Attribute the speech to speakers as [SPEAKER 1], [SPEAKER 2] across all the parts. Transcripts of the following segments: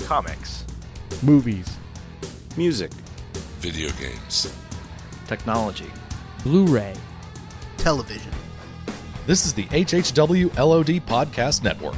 [SPEAKER 1] comics,
[SPEAKER 2] movies,
[SPEAKER 1] music,
[SPEAKER 3] video games.
[SPEAKER 4] technology.
[SPEAKER 2] Blu ray.
[SPEAKER 5] television.
[SPEAKER 6] This is the HHW LOD Podcast Network.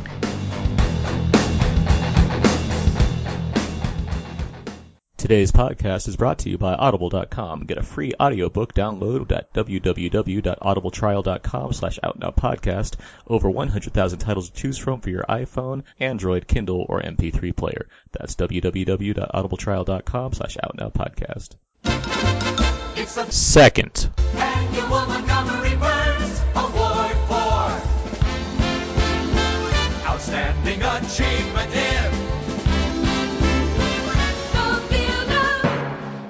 [SPEAKER 7] Today's podcast is brought to you by Audible.com. Get a free audiobook download at www.audibletrial.com slash outnowpodcast. Over 100,000 titles to choose from for your iPhone, Android, Kindle, or MP3 player. That's www.audibletrial.com slash outnowpodcast. Second.
[SPEAKER 8] annual Montgomery Burns Award for Outstanding Achievement in The Field of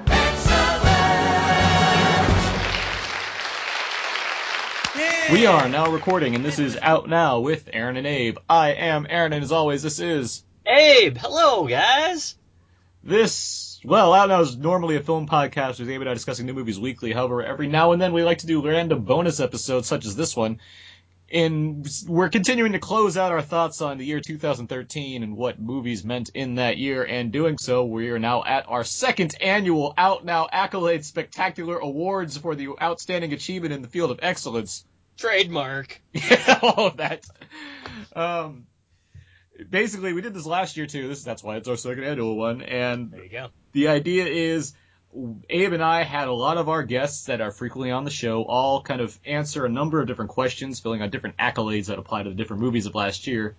[SPEAKER 8] Excellence.
[SPEAKER 4] We are now recording, and this is Out Now with Aaron and Abe. I am Aaron, and as always, this is.
[SPEAKER 9] Abe, hello guys.
[SPEAKER 4] This. Well, Out Now is normally a film podcast with Abe and I discussing new movies weekly. However, every now and then we like to do random bonus episodes, such as this one. And we're continuing to close out our thoughts on the year 2013 and what movies meant in that year. And doing so, we are now at our second annual Out Now Accolade Spectacular Awards for the outstanding achievement in the field of excellence.
[SPEAKER 9] Trademark.
[SPEAKER 4] Yeah, all of that. Um, basically, we did this last year too. This that's why it's our second annual one. And
[SPEAKER 9] There you go.
[SPEAKER 4] the idea is, Abe and I had a lot of our guests that are frequently on the show all kind of answer a number of different questions, filling out different accolades that apply to the different movies of last year.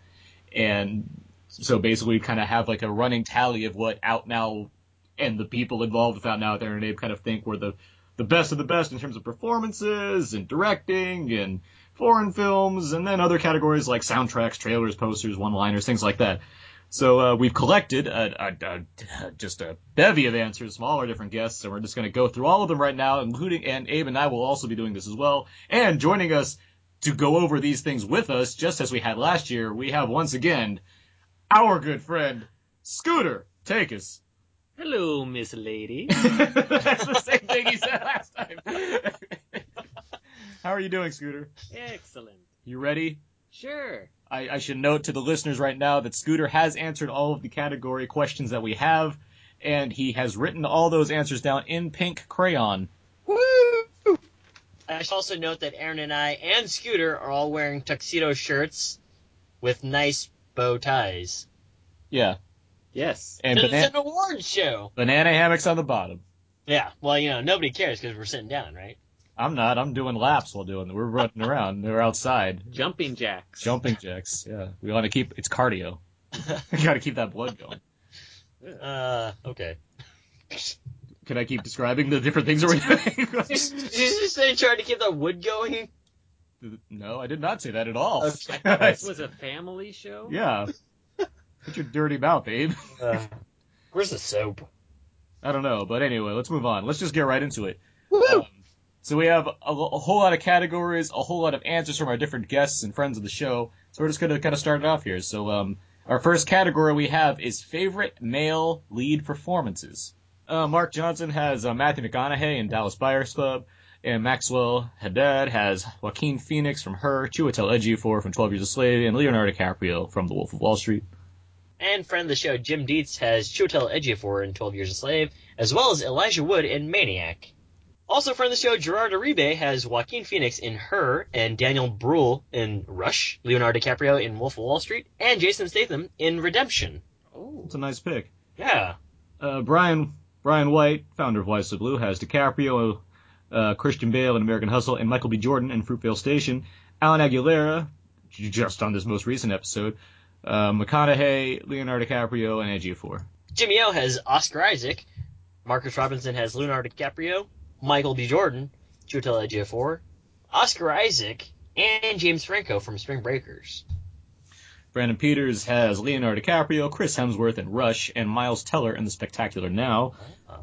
[SPEAKER 4] And so basically, we kind of have like a running tally of what Out Now and the people involved with Out Now, there and Abe kind of think were the the best of the best in terms of performances and directing and foreign films, and then other categories like soundtracks, trailers, posters, one-liners, things like that. So uh, we've collected a, a, a, just a bevy of answers from all our different guests, and we're just going to go through all of them right now, including and Abe and I will also be doing this as well. And joining us to go over these things with us, just as we had last year, we have once again our good friend Scooter. Take us.
[SPEAKER 9] Hello, Miss Lady.
[SPEAKER 4] That's the same thing he said last time. How are you doing, Scooter?
[SPEAKER 9] Excellent.
[SPEAKER 4] You ready?
[SPEAKER 9] Sure.
[SPEAKER 4] I, I should note to the listeners right now that Scooter has answered all of the category questions that we have, and he has written all those answers down in pink crayon.
[SPEAKER 9] I should also note that Aaron and I and Scooter are all wearing tuxedo shirts with nice bow ties.
[SPEAKER 4] Yeah,
[SPEAKER 10] Yes.
[SPEAKER 4] and
[SPEAKER 9] It's
[SPEAKER 4] bana-
[SPEAKER 9] an awards show.
[SPEAKER 4] banana hammocks on the bottom.
[SPEAKER 9] Yeah. Well, you know, nobody cares because we're sitting down, right?
[SPEAKER 4] I'm not. I'm doing laps while doing. We're running around. We're outside.
[SPEAKER 10] Jumping jacks.
[SPEAKER 4] Jumping jacks. Yeah, we want to keep. It's cardio. we got to keep that blood going.
[SPEAKER 9] Uh, okay.
[SPEAKER 4] Can I keep describing the different things that we're
[SPEAKER 9] Did you just say trying to keep that wood going?
[SPEAKER 4] doing? no, I did not say that at all.
[SPEAKER 9] Okay.
[SPEAKER 10] Oh, This was a family show.
[SPEAKER 4] yeah. Put your dirty mouth, Abe.
[SPEAKER 9] Uh, where's the soap?
[SPEAKER 4] I don't know, but anyway, let's move on. Let's just get right into it. Um, so we have a, a whole lot of categories, a whole lot of answers from our different guests and friends of the show. So we're just going to kind of start it off here. So um, our first category we have is favorite male lead performances. Uh, Mark Johnson has uh, Matthew McConaughey in Dallas Buyers Club, and Maxwell Haddad has Joaquin Phoenix from Her, Chiwetel Ejiofor from Twelve Years a Slave, and Leonardo DiCaprio from The Wolf of Wall Street.
[SPEAKER 9] And friend of the show, Jim Dietz, has Chiwetel Ejiofor in 12 Years a Slave, as well as Elijah Wood in Maniac. Also friend of the show, Gerard Uribe, has Joaquin Phoenix in Her, and Daniel Bruhl in Rush, Leonardo DiCaprio in Wolf of Wall Street, and Jason Statham in Redemption.
[SPEAKER 10] Oh.
[SPEAKER 4] It's a nice pick.
[SPEAKER 9] Yeah.
[SPEAKER 4] uh, Brian Brian White, founder of White the Blue, has DiCaprio, uh, Christian Bale in American Hustle, and Michael B. Jordan in Fruitvale Station. Alan Aguilera, j- just on this most recent episode, uh, McConaughey, Leonardo DiCaprio, and Edgy Four.
[SPEAKER 9] Jimmy O has Oscar Isaac, Marcus Robinson has Leonardo DiCaprio, Michael B. Jordan, Chiwetel Ejiofor, Oscar Isaac, and James Franco from Spring Breakers.
[SPEAKER 4] Brandon Peters has Leonardo DiCaprio, Chris Hemsworth in Rush, and Miles Teller in The Spectacular Now.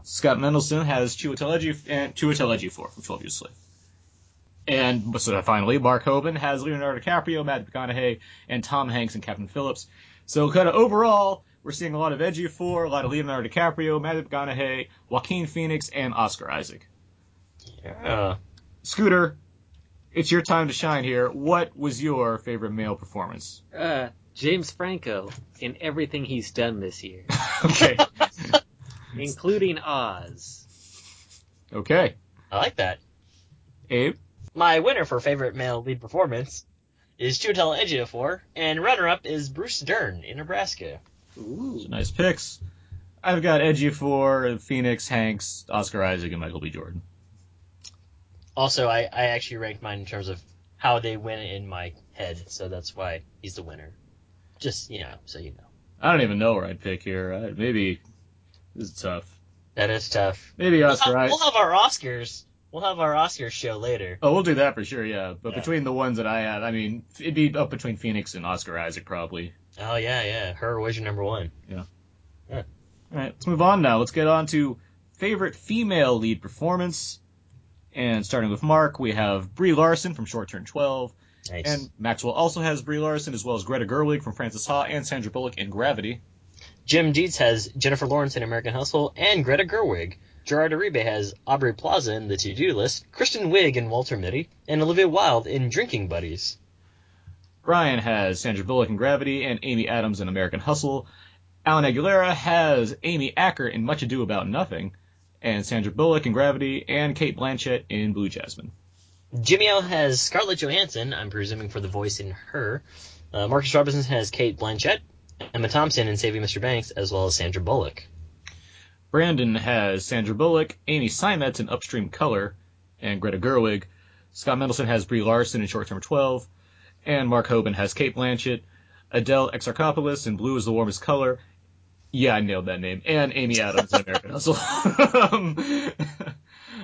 [SPEAKER 4] Scott Mendelson has Chiwetel Ejiof- and Chiwetel Ejiofor from 12 Years a Slave. And so finally, Mark Hoban has Leonardo DiCaprio, Matt McConaughey, and Tom Hanks and Captain Phillips. So kind of overall, we're seeing a lot of Ejiofor, a lot of Leonardo DiCaprio, Matt McConaughey, Joaquin Phoenix, and Oscar Isaac.
[SPEAKER 9] Yeah.
[SPEAKER 4] Scooter, it's your time to shine here. What was your favorite male performance?
[SPEAKER 10] Uh, James Franco in everything he's done this year,
[SPEAKER 4] Okay.
[SPEAKER 10] including Oz.
[SPEAKER 4] okay.
[SPEAKER 9] I like that.
[SPEAKER 4] Abe.
[SPEAKER 9] My winner for favorite male lead performance is Chutel Ejiofor, and runner-up is Bruce Dern in Nebraska.
[SPEAKER 10] Ooh.
[SPEAKER 4] Nice picks. I've got Edgy for Phoenix, Hanks, Oscar Isaac, and Michael B. Jordan.
[SPEAKER 9] Also, I, I actually ranked mine in terms of how they win in my head, so that's why he's the winner. Just, you know, so you know.
[SPEAKER 4] I don't even know where I'd pick here. I, maybe this is tough.
[SPEAKER 9] That is tough.
[SPEAKER 4] Maybe
[SPEAKER 9] We'll
[SPEAKER 4] Oscar
[SPEAKER 9] have,
[SPEAKER 4] Isaac.
[SPEAKER 9] we'll have our Oscars. We'll have our Oscars show later.
[SPEAKER 4] Oh, we'll do that for sure, yeah. But
[SPEAKER 9] Yeah.
[SPEAKER 4] between the ones that I had, I mean, it'd be up between Phoenix and Oscar Isaac probably.
[SPEAKER 9] Oh, yeah, yeah. Her was your number one.
[SPEAKER 4] All right, let's move on now. Let's get on to favorite female lead performance. And starting with Mark, we have Brie Larson from Short Term 12.
[SPEAKER 9] Nice.
[SPEAKER 4] And Maxwell also has Brie Larson, as well as Greta Gerwig from Frances Ha and Sandra Bullock in Gravity.
[SPEAKER 9] Jim Deeds has Jennifer Lawrence in American Hustle and Greta Gerwig. Gerard Uribe has Aubrey Plaza in The To Do List, Kristen Wiig in Walter Mitty, and Olivia Wilde in Drinking Buddies.
[SPEAKER 4] Brian has Sandra Bullock in Gravity and Amy Adams in American Hustle. Alan Aguilera has Amy Acker in Much Ado About Nothing, and Sandra Bullock in Gravity, and Kate Blanchett in Blue Jasmine.
[SPEAKER 9] Jimmy O has Scarlett Johansson, I'm presuming for the voice in her. Uh, Marcus Robinson has Kate Blanchett, Emma Thompson in Saving Mr. Banks, as well as Sandra Bullock.
[SPEAKER 4] Brandon has Sandra Bullock, Amy Simetz in Upstream Color, and Greta Gerwig. Scott Mendelson has Brie Larson in Short Term 12, and Mark Hoban has Kate Blanchett, Adele Exarchopoulos in Blue is the Warmest Color. Yeah, I nailed that name. And Amy Adams in American Hustle. um,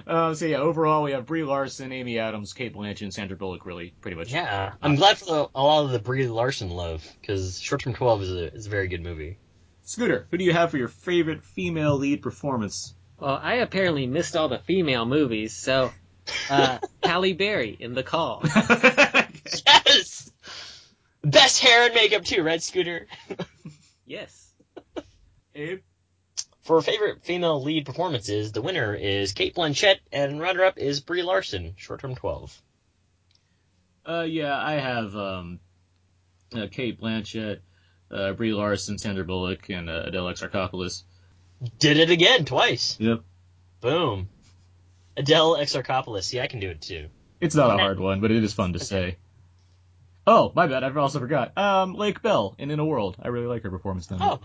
[SPEAKER 4] uh, so yeah, overall we have Brie Larson, Amy Adams, Kate Blanchett, and Sandra Bullock. Really, pretty much.
[SPEAKER 9] Yeah, I'm glad for the, a lot of the Brie Larson love, because Short Term 12 is a, is a very good movie.
[SPEAKER 4] Scooter, who do you have for your favorite female lead performance?
[SPEAKER 10] Well, I apparently missed all the female movies, so uh, Halle Berry in The Call.
[SPEAKER 9] Yes! Best hair and makeup, too, right, Scooter?
[SPEAKER 10] Yes.
[SPEAKER 4] Abe.
[SPEAKER 9] For favorite female lead performances, the winner is Kate Blanchett, and runner-up is Brie Larson, Short Term 12.
[SPEAKER 4] Uh, yeah, I have um, uh, Kate Blanchett, uh, Brie Larson, Sandra Bullock, and uh, Adele Exarchopoulos.
[SPEAKER 9] Did it again, twice.
[SPEAKER 4] Yep.
[SPEAKER 9] Boom. Adele Exarchopoulos. See, I can do it too.
[SPEAKER 4] It's not a hard one, but it is fun to say. Oh, my bad. I also forgot. Um, Lake Bell in In a World. I really like her performance. Then
[SPEAKER 9] Oh.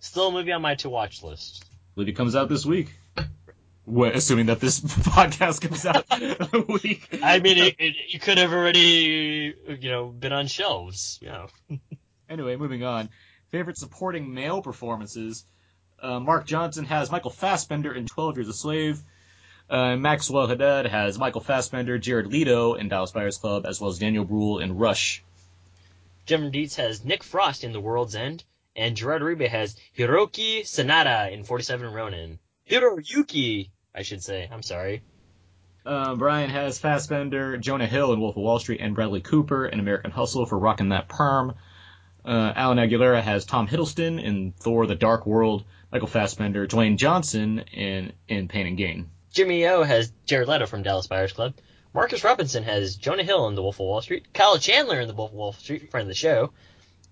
[SPEAKER 9] Still a movie on my to-watch list.
[SPEAKER 4] believe it comes out this week. Well, assuming that this podcast comes out a week.
[SPEAKER 9] I mean, it, it, you could have already, you know, been on shelves. You know.
[SPEAKER 4] Anyway, moving on. Favorite supporting male performances. Uh, Mark Johnson has Michael Fassbender in 12 Years a Slave. Uh, Maxwell Haddad has Michael Fassbender, Jared Leto in Dallas Buyers Club, as well as Daniel Bruhl in Rush.
[SPEAKER 9] Jim Dietz has Nick Frost in The World's End, and Gerard Uribe has Hiroki Sanada in 47 Ronin. Hiroyuki, I should say. I'm sorry.
[SPEAKER 4] Uh, Brian has Fassbender, Jonah Hill in Wolf of Wall Street, and Bradley Cooper in American Hustle for rocking that perm. Uh, Alan Aguilera has Tom Hiddleston in Thor: The Dark World, Michael Fassbender, Dwayne Johnson in in Pain and Gain.
[SPEAKER 9] Jimmy O has Jared Leto from Dallas Buyers Club. Marcus Robinson has Jonah Hill in The Wolf of Wall Street. Kyle Chandler in The Wolf of Wall Street, friend of the show.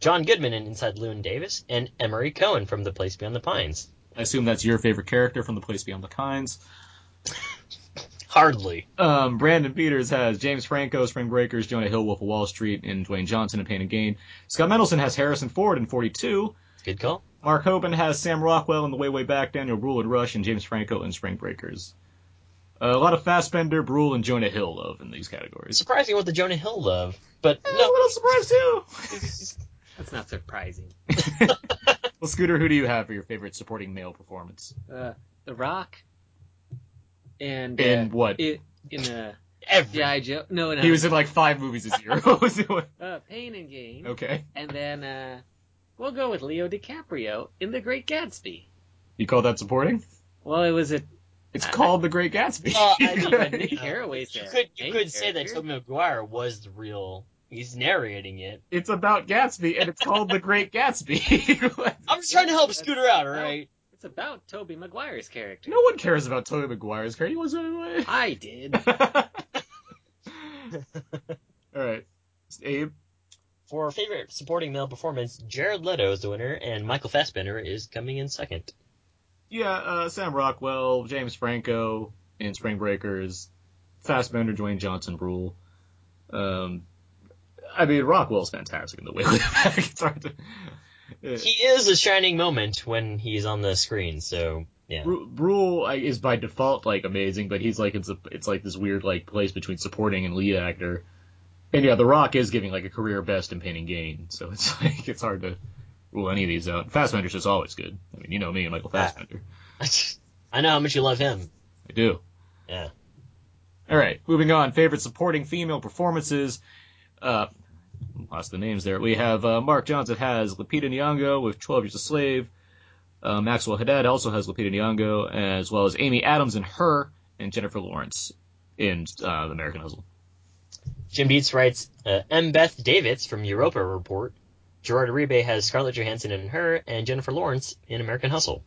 [SPEAKER 9] John Goodman in Inside Llewyn Davis, and Emery Cohen from The Place Beyond the Pines.
[SPEAKER 4] I assume that's your favorite character from The Place Beyond the Pines.
[SPEAKER 9] Hardly.
[SPEAKER 4] Um, Brandon Peters has James Franco, Spring Breakers, Jonah Hill, Wolf of Wall Street, and Dwayne Johnson in Pain and Gain. Scott Mendelson has Harrison Ford in 42.
[SPEAKER 9] Good call.
[SPEAKER 4] Mark Hoban has Sam Rockwell in The Way Way Back, Daniel Bruhl in Rush, and James Franco in Spring Breakers. Uh, a lot of Fassbender, Bruhl, and Jonah Hill love in these categories.
[SPEAKER 9] Surprising with the Jonah Hill love, but
[SPEAKER 4] Eh,
[SPEAKER 9] no.
[SPEAKER 4] surprise too.
[SPEAKER 10] That's not surprising.
[SPEAKER 4] well, Scooter, who do you have for your favorite supporting male performance?
[SPEAKER 10] Uh, the Rock. And uh,
[SPEAKER 4] In what?
[SPEAKER 10] it, in uh,
[SPEAKER 9] Every.
[SPEAKER 10] GI Joe. No, no.
[SPEAKER 4] He was in like five movies this year. What was it?
[SPEAKER 10] uh, Pain and Gain.
[SPEAKER 4] Okay.
[SPEAKER 10] And then uh, we'll go with Leo DiCaprio in The Great Gatsby.
[SPEAKER 4] You call that supporting?
[SPEAKER 10] Well, it was a
[SPEAKER 4] It's
[SPEAKER 10] I-
[SPEAKER 4] called The Great Gatsby.
[SPEAKER 9] Well, I mean,
[SPEAKER 10] I
[SPEAKER 9] you
[SPEAKER 10] Nick
[SPEAKER 9] know,
[SPEAKER 10] Carraway's
[SPEAKER 9] you
[SPEAKER 10] there.
[SPEAKER 9] could, you
[SPEAKER 10] Main
[SPEAKER 9] could say that
[SPEAKER 10] character.
[SPEAKER 9] Tobey Maguire was the real. He's narrating it.
[SPEAKER 4] it's about Gatsby, and it's called The Great Gatsby.
[SPEAKER 9] I'm just trying to help Scooter out, all
[SPEAKER 10] No.
[SPEAKER 9] right?
[SPEAKER 10] It's about Toby Maguire's character.
[SPEAKER 4] no one cares about Tobey Maguire's character. He was anyway.
[SPEAKER 10] I did.
[SPEAKER 4] All right, Abe.
[SPEAKER 9] For favorite supporting male performance, Jared Leto is the winner, and Michael Fassbender is coming in second.
[SPEAKER 4] Yeah, uh, Sam Rockwell, James Franco in Spring Breakers, Fassbender, Dwayne Johnson, Rule. Um, I mean, Rockwell's fantastic in the way back. It's hard to. Uh,
[SPEAKER 9] He is a shining moment when he's on the screen, so yeah.
[SPEAKER 4] Ru- Rule I- is by default like amazing, but he's like it's a, it's like this weird like place between supporting and lead actor. And yeah, The Rock is giving like a career best in pain and gain, so it's like it's hard to rule any of these out. Fassbender's just always good. I mean, you know me and Michael
[SPEAKER 9] Ah.
[SPEAKER 4] Fassbender.
[SPEAKER 9] I know how much you love him.
[SPEAKER 4] I do.
[SPEAKER 9] Yeah.
[SPEAKER 4] All right, moving on. Favorite supporting female performances. Uh, lost the names there. We have uh, Mark Johnson has Lupita Nyong'o with 12 Years a Slave. Uh, Maxwell Haddad also has Lupita Nyong'o, as well as Amy Adams in Her and Jennifer Lawrence in uh, The American Hustle.
[SPEAKER 9] Jim Dietz writes, uh, M. Beth Davids from Europa Report. Gerard Uribe has Scarlett Johansson in her, and Jennifer Lawrence in American Hustle.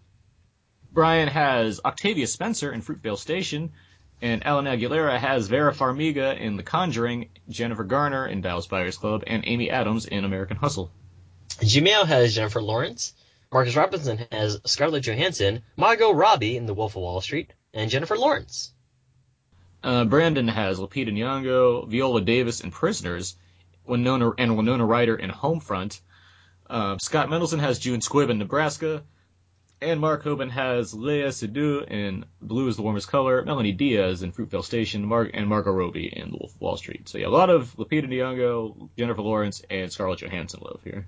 [SPEAKER 4] Brian has Octavia Spencer in Fruitvale Station, and Alan Aguilera has Vera Farmiga in The Conjuring, Jennifer Garner in Dallas Buyers Club, and Amy Adams in American Hustle.
[SPEAKER 9] Jimeo has Jennifer Lawrence. Marcus Robinson has Scarlett Johansson, Margot Robbie in The Wolf of Wall Street, and Jennifer Lawrence.
[SPEAKER 4] Uh, Brandon has Lupita Nyong'o, Viola Davis in Prisoners, Winona and Winona Ryder in Homefront. Uh, Scott Mendelson has June Squibb in Nebraska, and Mark Hoban has Leia Seydoux in Blue Is the Warmest Color, Melanie Diaz in Fruitvale Station, Mar- and Margot Robbie in The Wolf of Wall Street. So yeah, a lot of Lupita Nyong'o, Jennifer Lawrence, and Scarlett Johansson love here.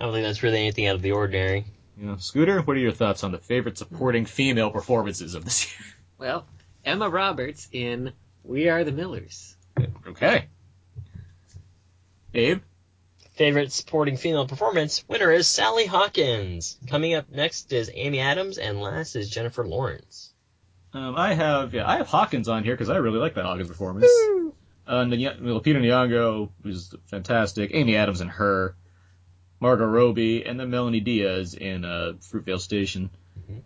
[SPEAKER 9] I don't think that's really anything out of the ordinary.
[SPEAKER 4] You know, Scooter, what are your thoughts on the favorite supporting female performances of this year?
[SPEAKER 10] Well, Emma Roberts in We Are the Millers.
[SPEAKER 4] Okay. Abe?
[SPEAKER 9] Favorite supporting female performance winner is Sally Hawkins. Coming up next is Amy Adams, and last is Jennifer Lawrence.
[SPEAKER 4] Um, I have yeah, I have Hawkins on here because I really like that Hawkins performance. Uh, Ny- well, Peter Nyong'o was fantastic. Amy Adams in her, Margot Robbie, and then Melanie Diaz in uh, Fruitvale Station.
[SPEAKER 9] Mm-hmm.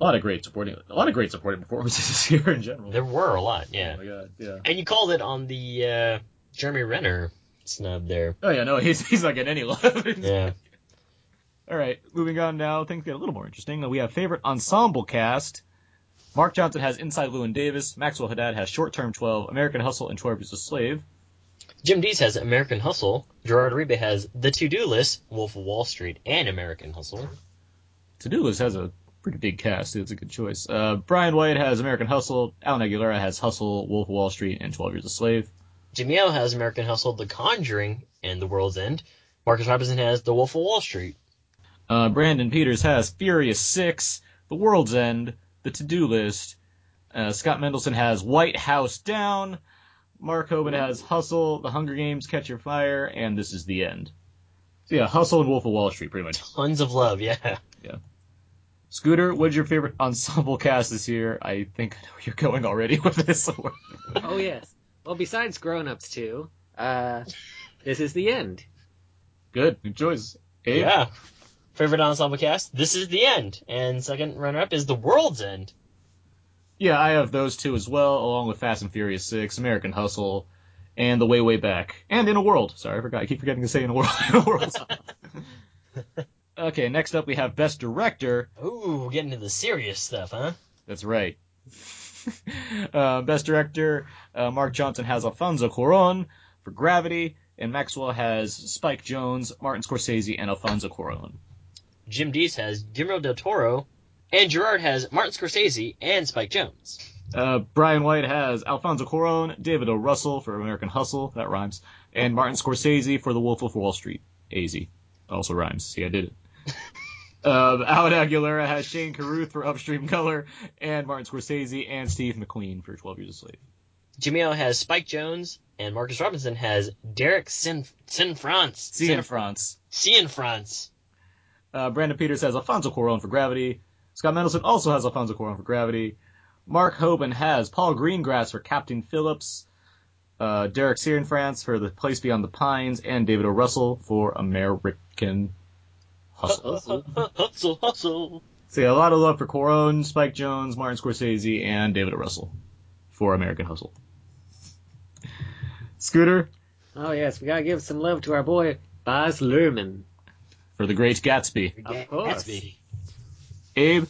[SPEAKER 4] A lot of great supporting, a lot of great supporting performances this year in general.
[SPEAKER 9] There were a lot, yeah.
[SPEAKER 4] Oh my god, yeah.
[SPEAKER 9] And you called it on the uh, Jeremy Renner snub there.
[SPEAKER 4] Oh yeah, no, he's he's not getting any love.
[SPEAKER 9] Yeah.
[SPEAKER 4] All right, moving on now. Things get a little more interesting. We have favorite ensemble cast. Mark Johnson has Inside Llewyn Davis. Maxwell Haddad has Short Term 12, American Hustle, and 12 Years a Slave.
[SPEAKER 9] Jim Dees has American Hustle. Gerard Ribe has The To Do List, Wolf of Wall Street, and American Hustle.
[SPEAKER 4] To Do List has a pretty big cast. It's a good choice. Uh, Brian White has American Hustle. Alan Aguilera has Hustle, Wolf of Wall Street, and 12 Years a Slave.
[SPEAKER 9] Jimmy O has American Hustle, The Conjuring, and The World's End. Marcus Robinson has The Wolf of Wall Street.
[SPEAKER 4] Uh, Brandon Peters has Furious 6, The World's End, The To Do List. Uh, Scott Mendelson has White House Down. Mark Hoban has Hustle, The Hunger Games, Catch Your Fire, and This Is the End. So yeah, Hustle and Wolf of Wall Street, pretty much.
[SPEAKER 9] Tons of love, yeah.
[SPEAKER 4] Scooter, what's your favorite ensemble cast this year? I think I know where you're going already with this. so we're-
[SPEAKER 10] Oh yes. Well, besides Grown Ups too, uh, this is the end.
[SPEAKER 4] Good, good choice. Abe?
[SPEAKER 9] Yeah. Favorite ensemble cast, This Is the End. And second runner up is The World's End.
[SPEAKER 4] Yeah, I have those two as well, along with Fast and Furious Six, American Hustle, and The Way Way Back, and In a World. Sorry, I forgot. I keep forgetting to say In a World. In a World. okay, next up we have Best Director.
[SPEAKER 9] Ooh, we're getting to the serious stuff, huh?
[SPEAKER 4] That's right. uh, Best Director. Uh, Mark Johnson has Alfonso Cuarón for Gravity, and Maxwell has Spike Jones, Martin Scorsese, and Alfonso Cuarón.
[SPEAKER 9] Jim Dees has Guillermo del Toro, and Gerard has Martin Scorsese and Spike Jones.
[SPEAKER 4] Uh, Brian White has Alfonso Cuarón, David O. Russell for American Hustle, that rhymes, and Martin Scorsese for The Wolf of Wall Street, AZ, also rhymes. See, I did it. um, Alan Aguilera has Shane Carruth for Upstream Color, and Martin Scorsese and Steve McQueen for 12 Years a Slave.
[SPEAKER 9] Jamil has Spike Jones, and Marcus Robinson has Derek Sin Sinfrance.
[SPEAKER 4] See you in France.
[SPEAKER 9] Sinfrance.
[SPEAKER 4] Uh, Brandon Peters has Alfonso Cuarón for Gravity. Scott Mendelson also has Alfonso Cuarón for Gravity. Mark Hoban has Paul Greengrass for Captain Phillips. Uh, Derek Searin-France for The Place Beyond the Pines, and David O. Russell for American Hustle.
[SPEAKER 10] Also,
[SPEAKER 9] Hustle, hustle.
[SPEAKER 4] So yeah, a lot of love for Cuarón, Spike Jones, Martin Scorsese, and David O. Russell for American Hustle. Scooter,
[SPEAKER 10] Oh yes, we gotta give some love to our boy Baz Luhrmann.
[SPEAKER 4] for The Great Gatsby.
[SPEAKER 10] Of course.
[SPEAKER 9] Gatsby.
[SPEAKER 4] Abe,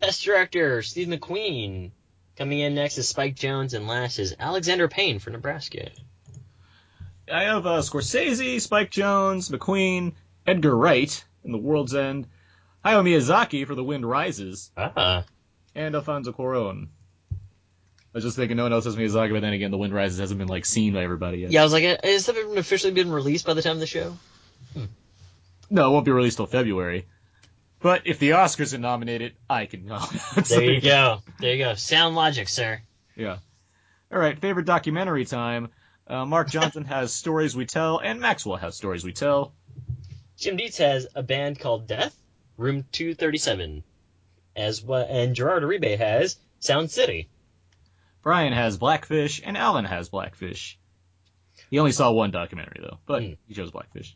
[SPEAKER 9] Best director, Steve McQueen. Coming in next is Spike Jones, and last is Alexander Payne for Nebraska.
[SPEAKER 4] I have uh, Scorsese, Spike Jones, McQueen, Edgar Wright in The World's End, Hayao Miyazaki for The Wind Rises,
[SPEAKER 9] Ah,
[SPEAKER 4] and Alfonso Cuarón. I was just thinking no one else has Miyazaki, but then again, The Wind Rises hasn't been like seen by everybody yet.
[SPEAKER 9] yeah, I was like, has that been officially been released by the time of the show?
[SPEAKER 4] No, it won't be released till February. But if the Oscars are nominated, I can
[SPEAKER 9] There you
[SPEAKER 4] nominate.
[SPEAKER 9] go. There you go. Sound logic, sir.
[SPEAKER 4] yeah. All right, favorite documentary time. Uh, Mark Johnson has Stories We Tell, and Maxwell has Stories We Tell.
[SPEAKER 9] Jim Dietz has a band called Death, Room 237, as well, and Gerard Uribe has Sound City.
[SPEAKER 4] Brian has Blackfish, and Alan has Blackfish. He only saw one documentary, though, but
[SPEAKER 9] Hmm.
[SPEAKER 4] he chose Blackfish.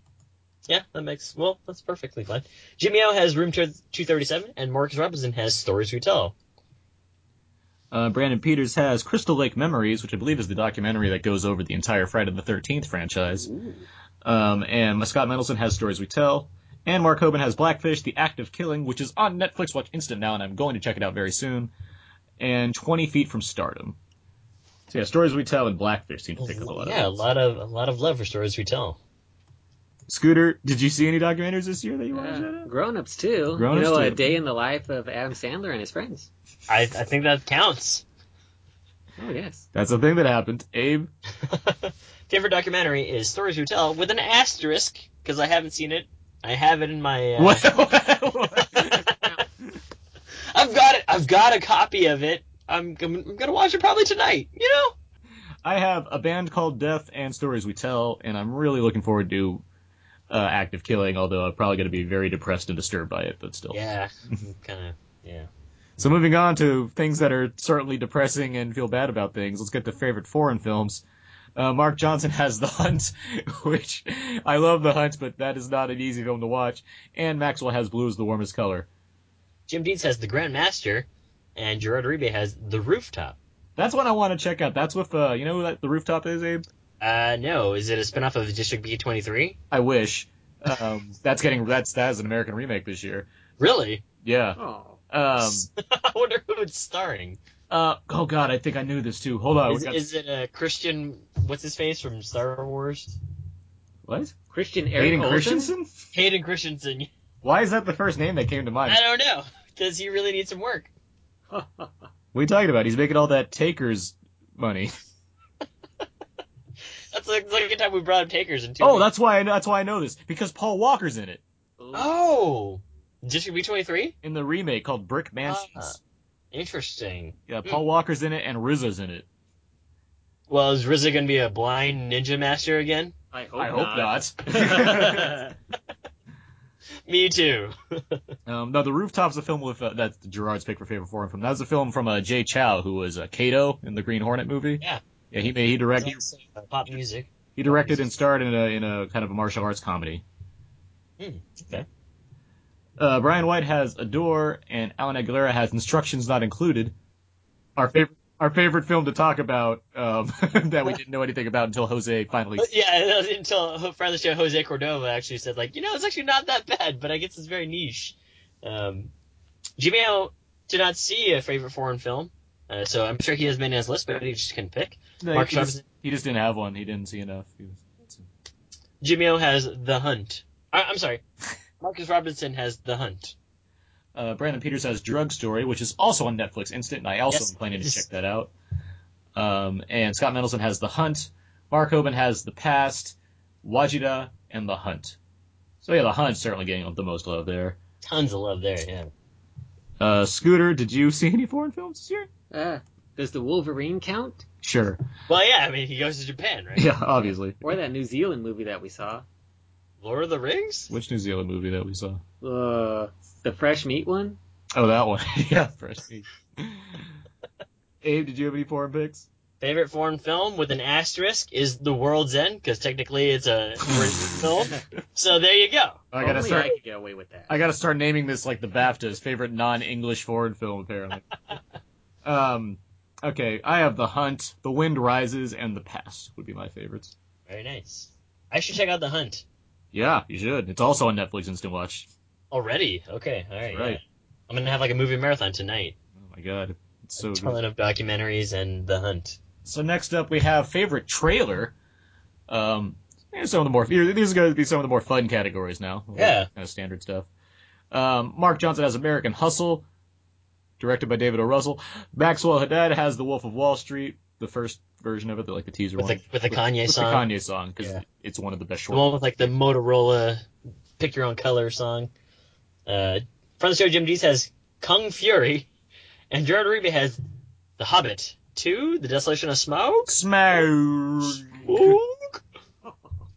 [SPEAKER 9] Yeah, that makes, well, that's perfectly fine. Jimmy O has Room 237, and Marcus Robinson has Stories We Tell.
[SPEAKER 4] Uh, Brandon Peters has Crystal Lake Memories, which I believe is the documentary that goes over the entire Friday the 13th franchise. Um, and Scott Mendelson has Stories We Tell. And Mark Hoban has Blackfish, The Act of Killing, which is on Netflix Watch Instant now, and I'm going to check it out very soon. And 20 Feet from Stardom. So yeah, Stories We Tell and Blackfish seem to pick up a lot
[SPEAKER 9] yeah, a
[SPEAKER 4] of those.
[SPEAKER 9] lot of, a lot of love for Stories We Tell.
[SPEAKER 4] Scooter, did you see any documentaries this year that you want to shout
[SPEAKER 10] Uh,
[SPEAKER 4] out?
[SPEAKER 10] grown ups too.
[SPEAKER 4] Grown
[SPEAKER 10] you
[SPEAKER 4] Ups
[SPEAKER 10] know, a
[SPEAKER 4] too.
[SPEAKER 10] day in the life of Adam Sandler and his friends.
[SPEAKER 9] I, I think that counts.
[SPEAKER 10] Oh yes.
[SPEAKER 4] That's a thing that happened. Abe,
[SPEAKER 9] Favorite documentary is Stories We Tell with an asterisk, because I haven't seen it. I have it in my, uh,
[SPEAKER 4] what? what-
[SPEAKER 9] I've got it, I've got a copy of it. I'm, I'm, I'm gonna watch it probably tonight, you know?
[SPEAKER 4] I have a band called Death and Stories We Tell, and I'm really looking forward to uh, Active Killing, although I'm probably going to be very depressed and disturbed by it, but still.
[SPEAKER 9] Yeah, kind of. Yeah.
[SPEAKER 4] So moving on to things that are certainly depressing and feel bad about things, let's get to favorite foreign films. Uh, Mark Johnson has The Hunt, which I love The Hunt, but that is not an easy film to watch. And Maxwell has Blue is the Warmest Color.
[SPEAKER 9] Jim Deeds has the Grandmaster, and Gerard Uribe has the Rooftop.
[SPEAKER 4] That's one I want to check out. That's with, uh, you know who that, the rooftop is, Abe?
[SPEAKER 9] Uh, no, is it a spinoff of District B twenty three?
[SPEAKER 4] I wish. Um, that's getting, that's, that is an American remake this year.
[SPEAKER 9] Really?
[SPEAKER 4] Yeah.
[SPEAKER 10] Oh.
[SPEAKER 4] Um,
[SPEAKER 9] I wonder who it's starring.
[SPEAKER 4] Uh, oh god, I think I knew this too. Hold on. Oh, we
[SPEAKER 9] is,
[SPEAKER 4] got-
[SPEAKER 9] is it a Christian? What's his face from Star Wars?
[SPEAKER 4] what?
[SPEAKER 10] Christian Eric
[SPEAKER 4] Aiden
[SPEAKER 10] Olsen?
[SPEAKER 4] Christensen?
[SPEAKER 9] Hayden Christensen.
[SPEAKER 4] Why is that the first name that came to mind?
[SPEAKER 9] I don't know. Does he really need some work?
[SPEAKER 10] Oh.
[SPEAKER 4] What are you talking about? He's making all that Takers money.
[SPEAKER 9] That's like the second time we brought up Takers in two.
[SPEAKER 4] Oh,
[SPEAKER 9] weeks.
[SPEAKER 4] that's why I know, that's why I know this because Paul Walker's in it
[SPEAKER 9] oh District B twenty three.
[SPEAKER 4] in the remake called Brick Mansions.
[SPEAKER 9] Ah. Hmm. Interesting.
[SPEAKER 4] yeah, Paul Walker's in it and Rizzo's in it.
[SPEAKER 9] Well, is RZA gonna be a blind ninja master again?
[SPEAKER 10] I hope
[SPEAKER 4] I
[SPEAKER 10] not.
[SPEAKER 4] hope not.
[SPEAKER 9] Me too.
[SPEAKER 4] um, no, the rooftop's a film with uh, that's Gerard's pick for favorite foreign film. That was a film from uh, Jay Chow, who was uh, Kato in the Green Hornet movie.
[SPEAKER 9] Yeah.
[SPEAKER 4] yeah, he made he directed he,
[SPEAKER 9] Pop music.
[SPEAKER 4] he directed and starred in a in a kind of a martial arts comedy.
[SPEAKER 9] Hmm, okay.
[SPEAKER 4] Uh, Brian White has Adore, and Alan Aguilera has Instructions Not Included. Our favorite, our favorite film to talk about um, that we didn't know anything about until Jose finally.
[SPEAKER 9] But Uh, yeah, that was until Ho- friend of the show Jose Cordova actually said like, you know, it's actually not that bad, but I guess it's very niche. Um, Gmail did not see a favorite foreign film, uh, so I'm sure he has many on his list, but he just couldn't pick. Mark
[SPEAKER 4] he, just,
[SPEAKER 9] Robinson.
[SPEAKER 4] he just didn't have one. He didn't see enough. He was-
[SPEAKER 9] Gmail has The Hunt. I, I'm sorry, Marcus Robinson has The Hunt.
[SPEAKER 4] Uh, Brandon Peters has Drug Story, which is also on Netflix Instant, and I also
[SPEAKER 9] Yes,
[SPEAKER 4] am planning to
[SPEAKER 9] it is.
[SPEAKER 4] check that out. Um, and Scott Mendelson has The Hunt. Mark Hoban has The Past, Wajida, and The Hunt. So yeah, The Hunt certainly getting the most love there.
[SPEAKER 9] Tons of love there. Yeah.
[SPEAKER 4] Uh, Scooter, did you see any foreign films this year?
[SPEAKER 10] Uh, does the Wolverine count?
[SPEAKER 4] Sure.
[SPEAKER 9] Well, yeah, I mean, he goes to Japan, right?
[SPEAKER 4] Yeah, obviously.
[SPEAKER 10] Or that New Zealand movie that we saw?
[SPEAKER 9] Lord of the Rings.
[SPEAKER 4] Which New Zealand movie that we saw?
[SPEAKER 10] Uh, the fresh meat one?
[SPEAKER 4] Oh, that one. yeah, Fresh Meat. Abe, did you have any foreign picks?
[SPEAKER 9] Favorite foreign film with an asterisk is The World's End because technically it's a original film. So there you go.
[SPEAKER 4] I gotta
[SPEAKER 10] Only
[SPEAKER 4] start.
[SPEAKER 10] I could get away with that.
[SPEAKER 4] I gotta start naming this like the BAFTAs favorite non-English foreign film, apparently. um, okay, I have The Hunt, The Wind Rises, and The Past would be my favorites.
[SPEAKER 9] Very nice. I should check out The Hunt.
[SPEAKER 4] Yeah, you should. It's also on Netflix Instant Watch.
[SPEAKER 9] Already? Okay, all right.
[SPEAKER 4] Right.
[SPEAKER 9] yeah. I'm gonna have like a movie marathon tonight.
[SPEAKER 4] Oh my god, it's so
[SPEAKER 9] a
[SPEAKER 4] good.
[SPEAKER 9] ton of documentaries and The Hunt.
[SPEAKER 4] So next up, we have favorite trailer. Um, here's some of the more here- these are going to be some of the more fun categories now.
[SPEAKER 9] Yeah.
[SPEAKER 4] kind of standard stuff. Um, Mark Johnson has American Hustle, directed by David O. Russell. Maxwell Haddad has The Wolf of Wall Street, the first version of it, like the teaser
[SPEAKER 9] With
[SPEAKER 4] one,
[SPEAKER 9] the- with the Kanye
[SPEAKER 4] with
[SPEAKER 9] song.
[SPEAKER 4] the Kanye song, because
[SPEAKER 9] Yeah.
[SPEAKER 4] it's one of the best
[SPEAKER 9] The
[SPEAKER 4] short.
[SPEAKER 9] one with like the Motorola pick your own color song. Uh, from the show, Jim Dees has Kung Fury, and Gerard Ribe has The Hobbit 2, The Desolation of Smaug.
[SPEAKER 4] Smaug.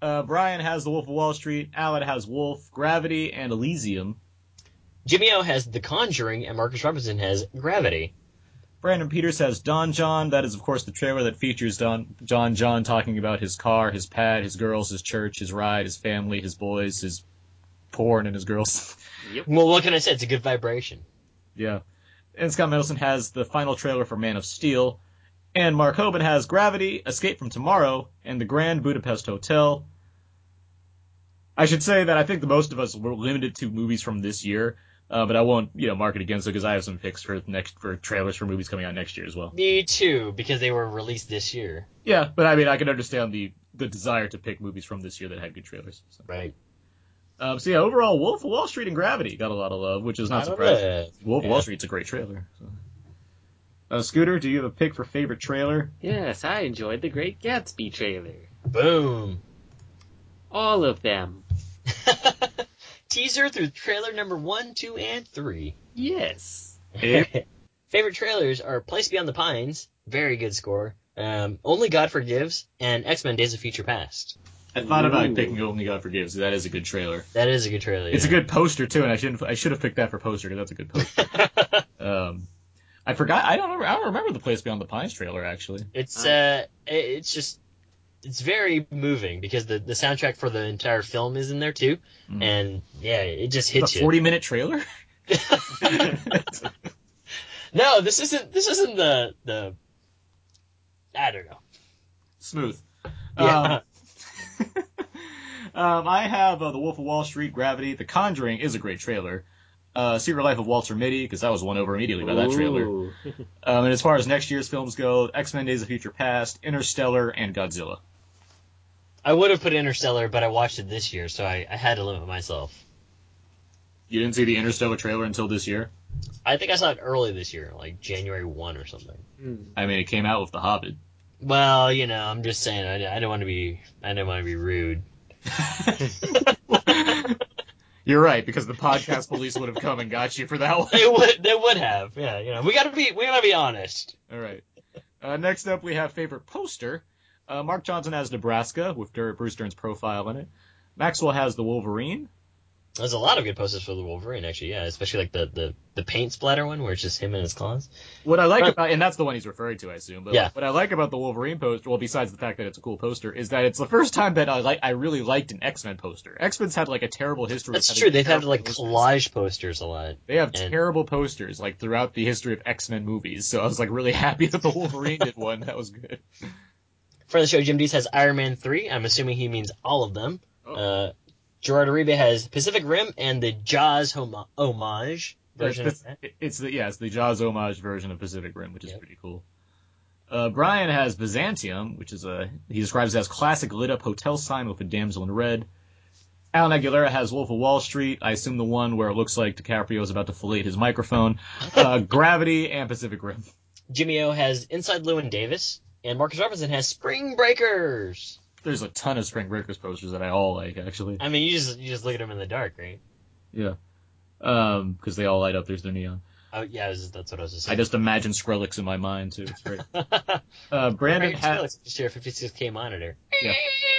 [SPEAKER 4] Uh, Brian has The Wolf of Wall Street. Alan has Wolf, Gravity, and Elysium.
[SPEAKER 9] Jimmy O has The Conjuring, and Marcus Robinson has Gravity.
[SPEAKER 4] Brandon Peters has Don John. That is, of course, the trailer that features Don John John talking about his car, his pad, his girls, his church, his ride, his family, his boys, his porn, and his girls.
[SPEAKER 9] Well, what can I say? It's a good vibration.
[SPEAKER 4] yeah. And Scott Middleton has the final trailer for Man of Steel. And Mark Hoban has Gravity, Escape from Tomorrow, and The Grand Budapest Hotel. I should say that I think the most of us were limited to movies from this year, uh, but I won't, you know, mark it against it because I have some picks for next for trailers for movies coming out next year as well.
[SPEAKER 9] Me too, because they were released this year.
[SPEAKER 4] Yeah, but I mean, I can understand the the desire to pick movies from this year that had good trailers. So,
[SPEAKER 9] Right.
[SPEAKER 4] um, so yeah, overall, Wolf of Wall Street and Gravity got a lot of love, which is
[SPEAKER 9] Out
[SPEAKER 4] not
[SPEAKER 9] of
[SPEAKER 4] surprising.
[SPEAKER 9] the-
[SPEAKER 4] Wolf of
[SPEAKER 9] yeah.
[SPEAKER 4] Wall Street's a great trailer. so. Uh, Scooter, do you have a pick for favorite trailer?
[SPEAKER 10] Yes, I enjoyed the Great Gatsby trailer.
[SPEAKER 9] Boom.
[SPEAKER 10] All of them.
[SPEAKER 9] Teaser through trailer number one, two, and three.
[SPEAKER 10] Yes.
[SPEAKER 9] Favorite trailers are Place Beyond the Pines, very good score. Um, Only God Forgives, and X Men Days of Future Past.
[SPEAKER 4] I thought about
[SPEAKER 10] Ooh.
[SPEAKER 4] picking Only God Forgives. That is a good trailer.
[SPEAKER 9] That is a good trailer.
[SPEAKER 4] It's a good poster too, and I shouldn't. I should have picked that for poster because that's a good poster.
[SPEAKER 9] good.
[SPEAKER 4] um, I forgot. I don't. Remember, I don't remember the Place Beyond the Pines trailer actually.
[SPEAKER 9] it's uh, it- it's just it's very moving because the the soundtrack for the entire film is in there too,
[SPEAKER 4] Mhm.
[SPEAKER 9] and yeah, it just
[SPEAKER 4] A
[SPEAKER 9] hits you.
[SPEAKER 4] forty minute trailer.
[SPEAKER 9] no, this isn't this isn't the the. I don't know.
[SPEAKER 4] Smooth.
[SPEAKER 9] Yeah.
[SPEAKER 4] Um, Um, I have uh, The Wolf of Wall Street, Gravity, The Conjuring is a great trailer. Uh, Secret Life of Walter Mitty, because I was won over immediately by that trailer.
[SPEAKER 10] Ooh.
[SPEAKER 4] Um, and as far as next year's films go, X Men Days of Future Past, Interstellar, and Godzilla.
[SPEAKER 9] I would have put Interstellar, but I watched it this year, so I, I had to limit myself.
[SPEAKER 4] You didn't see the Interstellar trailer until this year?
[SPEAKER 9] I think I saw it early this year, like January 1 or something.
[SPEAKER 10] Hmm.
[SPEAKER 4] I mean, it came out with The Hobbit.
[SPEAKER 9] Well, you know, I'm just saying, I, I don't want to be, I don't want to be rude.
[SPEAKER 4] You're right, because the podcast police would have come and got you for that one.
[SPEAKER 9] They would, they would have, yeah. You know, we gotta be, we gotta be honest.
[SPEAKER 4] All right. Uh, next up, we have favorite poster. Uh, Mark Johnson has Nebraska with Dur- Bruce Dern's profile in it. Maxwell has the Wolverine.
[SPEAKER 9] There's a lot of good posters for the Wolverine, actually, yeah. Especially like the the, the paint splatter one, where it's just him and his claws.
[SPEAKER 4] What I like
[SPEAKER 9] Right.
[SPEAKER 4] about, and that's the one he's referring to, I assume. But
[SPEAKER 9] Yeah.
[SPEAKER 4] what I like about the Wolverine poster, well, besides the fact that it's a cool poster, is that it's the first time that I like I really liked an X Men poster. X Men's had like a terrible history.
[SPEAKER 9] That's
[SPEAKER 4] of
[SPEAKER 9] true. They've had
[SPEAKER 4] terrible
[SPEAKER 9] like
[SPEAKER 4] posters.
[SPEAKER 9] collage posters a lot.
[SPEAKER 4] They have
[SPEAKER 9] and-
[SPEAKER 4] terrible posters like throughout the history of X Men movies. So I was like really happy that the Wolverine did one. That was good.
[SPEAKER 9] For the show, Jim Dees has Iron Man three. I'm assuming he means all of them.
[SPEAKER 4] Oh.
[SPEAKER 9] Uh, Gerard Uribe has Pacific Rim and the Jaws homo- homage version. of that.
[SPEAKER 4] It's the yeah, it's the Jaws homage version of Pacific Rim, which is
[SPEAKER 9] Yep.
[SPEAKER 4] pretty cool. Uh, Brian has Byzantium, which is a he describes it as classic lit up hotel sign with a damsel in red. Alan Aguilera has Wolf of Wall Street. I assume the one where it looks like DiCaprio is about to fillet his microphone. Uh, Gravity and Pacific Rim.
[SPEAKER 9] Jimmy O has Inside Lewin Davis, and Marcus Robinson has Spring Breakers.
[SPEAKER 4] There's a ton of Spring Breakers posters that I all like actually,
[SPEAKER 9] I mean, you just you just look at them in the dark, right?
[SPEAKER 4] because um, they all light up. There's the neon.
[SPEAKER 9] Oh yeah, I was- that's what I was just
[SPEAKER 4] I
[SPEAKER 9] saying.
[SPEAKER 4] just imagine Skrillex in my mind too. It's great. Uh, Brandon
[SPEAKER 9] Brandon
[SPEAKER 4] has.
[SPEAKER 9] has just your 56k monitor. Eh,
[SPEAKER 4] Yeah.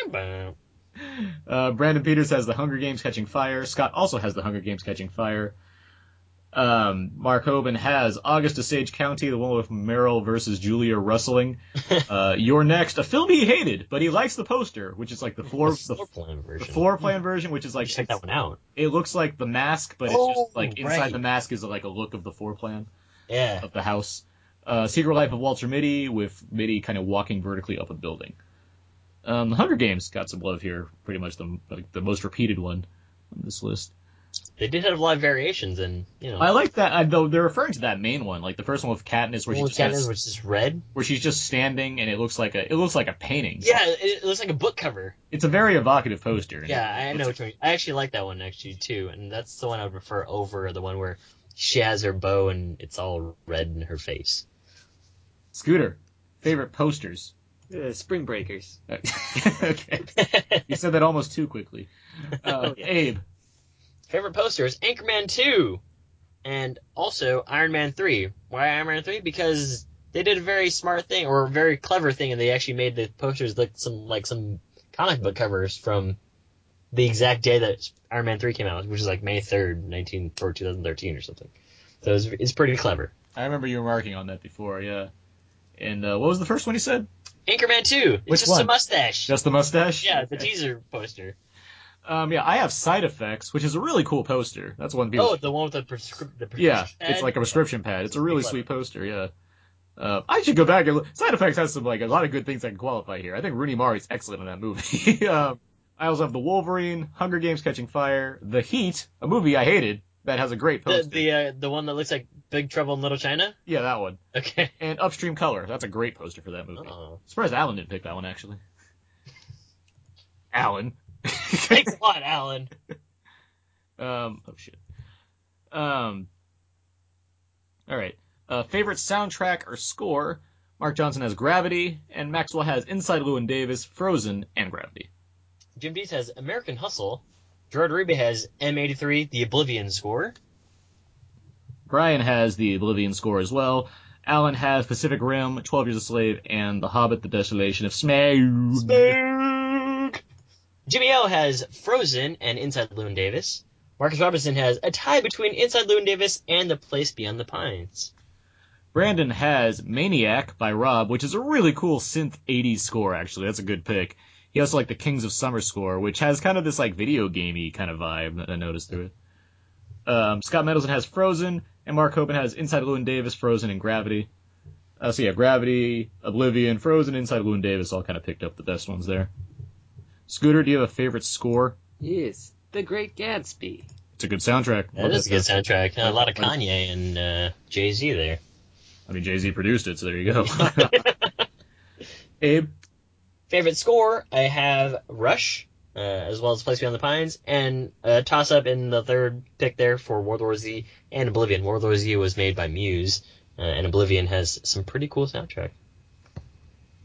[SPEAKER 9] Boom.
[SPEAKER 4] Uh, Brandon Peters has The Hunger Games Catching Fire. Scott also has The Hunger Games Catching Fire. Um, Mark Hoban has August of Sage County, the one with Merrill versus Julia Rustling. Uh, You're Next, a film he hated, but he likes the poster, which is like the floor,
[SPEAKER 9] The
[SPEAKER 4] the,
[SPEAKER 9] floor plan
[SPEAKER 4] the
[SPEAKER 9] version.
[SPEAKER 4] floor plan version, which is like,
[SPEAKER 9] Check that one out.
[SPEAKER 4] it looks like the mask, but it's
[SPEAKER 9] Oh,
[SPEAKER 4] just like inside
[SPEAKER 9] right.
[SPEAKER 4] the mask is like a look of the floor plan
[SPEAKER 9] Yeah.
[SPEAKER 4] of the house. Uh, Secret Life of Walter Mitty with Mitty kind of walking vertically up a building. Um, Hunger Games got some love here, pretty much the like, the most repeated one on this list.
[SPEAKER 9] They did have a lot of variations, and you know,
[SPEAKER 4] I like that I, though they're referring to that main one, like the first one with Katniss, where she
[SPEAKER 9] Well,
[SPEAKER 4] just has-
[SPEAKER 9] Katniss, which is red.
[SPEAKER 4] where she's just standing, and it looks like a it looks like a painting.
[SPEAKER 9] Yeah, it, it looks like a book cover.
[SPEAKER 4] it's a very evocative poster. and
[SPEAKER 9] Yeah,
[SPEAKER 4] it
[SPEAKER 9] I know
[SPEAKER 4] looks-
[SPEAKER 9] which one. I actually like that one actually too, and that's the one I would prefer over the one where she has her bow and it's all red in her face.
[SPEAKER 4] Scooter, favorite posters.
[SPEAKER 10] Uh, Spring Breakers.
[SPEAKER 4] okay, you said that almost too quickly.
[SPEAKER 9] Oh,
[SPEAKER 4] Uh, Abe,
[SPEAKER 9] Favorite poster is Anchorman two, and also Iron Man three. Why Iron Man three? Because they did a very smart thing or a very clever thing, and they actually made the posters look some like some comic book covers from the exact day that Iron Man three came out, which is like May third, nineteen or two thousand thirteen or something. So it's, it's pretty clever.
[SPEAKER 4] I remember you remarking on that before. Yeah, and uh, what was the first one you said?
[SPEAKER 9] Anchorman two. It's
[SPEAKER 4] Which
[SPEAKER 9] just a
[SPEAKER 4] one?
[SPEAKER 9] mustache.
[SPEAKER 4] Just the mustache.
[SPEAKER 9] Yeah, the teaser poster.
[SPEAKER 4] Um, yeah, I have side effects, which is a really cool poster. That's one people.
[SPEAKER 9] Oh, the one with the prescription. The prescri-
[SPEAKER 4] yeah, it's like a prescription pad. It's a really
[SPEAKER 9] Clever.
[SPEAKER 4] sweet poster. Yeah. Uh, I should go back and look. Side Effects has some like a lot of good things that can qualify here. I think Rooney Mara is excellent in that movie. um, I also have The Wolverine, Hunger Games: Catching Fire, The Heat, a movie I hated that has a great
[SPEAKER 9] The
[SPEAKER 4] poster.
[SPEAKER 9] the, uh, the one that looks like Big Trouble in Little China.
[SPEAKER 4] yeah, that one.
[SPEAKER 9] Okay.
[SPEAKER 4] And Upstream Color. That's a great poster for that movie.
[SPEAKER 9] Oh.
[SPEAKER 4] surprised Alan didn't pick that one actually. Alan.
[SPEAKER 9] Thanks a lot, Alan.
[SPEAKER 4] Um, oh shit. Um, all right. Uh, favorite soundtrack or score? Mark Johnson has Gravity, and Maxwell has Inside Llewyn Davis, Frozen, and Gravity.
[SPEAKER 9] Jim Dees has American Hustle. Gerard Uribe has M83, The Oblivion Score.
[SPEAKER 4] Brian has the Oblivion score as well. Alan has Pacific Rim, Twelve Years a Slave, and The Hobbit: The Desolation of Smaug.
[SPEAKER 9] Jimmy O has Frozen and Inside Llewyn Davis. Marcus Robinson has a tie between Inside Llewyn Davis and The Place Beyond the Pines.
[SPEAKER 4] Brandon has Maniac by Rob, which is a really cool synth 80s score, actually. That's a good pick. He also liked the Kings of Summer score, which has kind of this like video gamey kind of vibe that I noticed through it. Um, Scott Mendelson has Frozen, and Mark Hoban has Inside Llewyn Davis, Frozen, and Gravity. Uh, so yeah, Gravity, Oblivion, Frozen, Inside Llewyn Davis all kind of picked up the best ones there. Scooter, do you have a favorite score?
[SPEAKER 10] Yes, The Great Gatsby.
[SPEAKER 4] It's a good soundtrack.
[SPEAKER 9] That
[SPEAKER 4] Love
[SPEAKER 9] is a good
[SPEAKER 4] stuff.
[SPEAKER 9] soundtrack. A lot of Kanye and uh, Jay Z there.
[SPEAKER 4] I mean, Jay Z produced it, so there you go. Abe?
[SPEAKER 9] Favorite score, I have Rush, uh, as well as Place Beyond the Pines, and a toss up in the third pick there for World War Z and Oblivion. World War Z was made by Muse, uh, and Oblivion has some pretty cool soundtrack.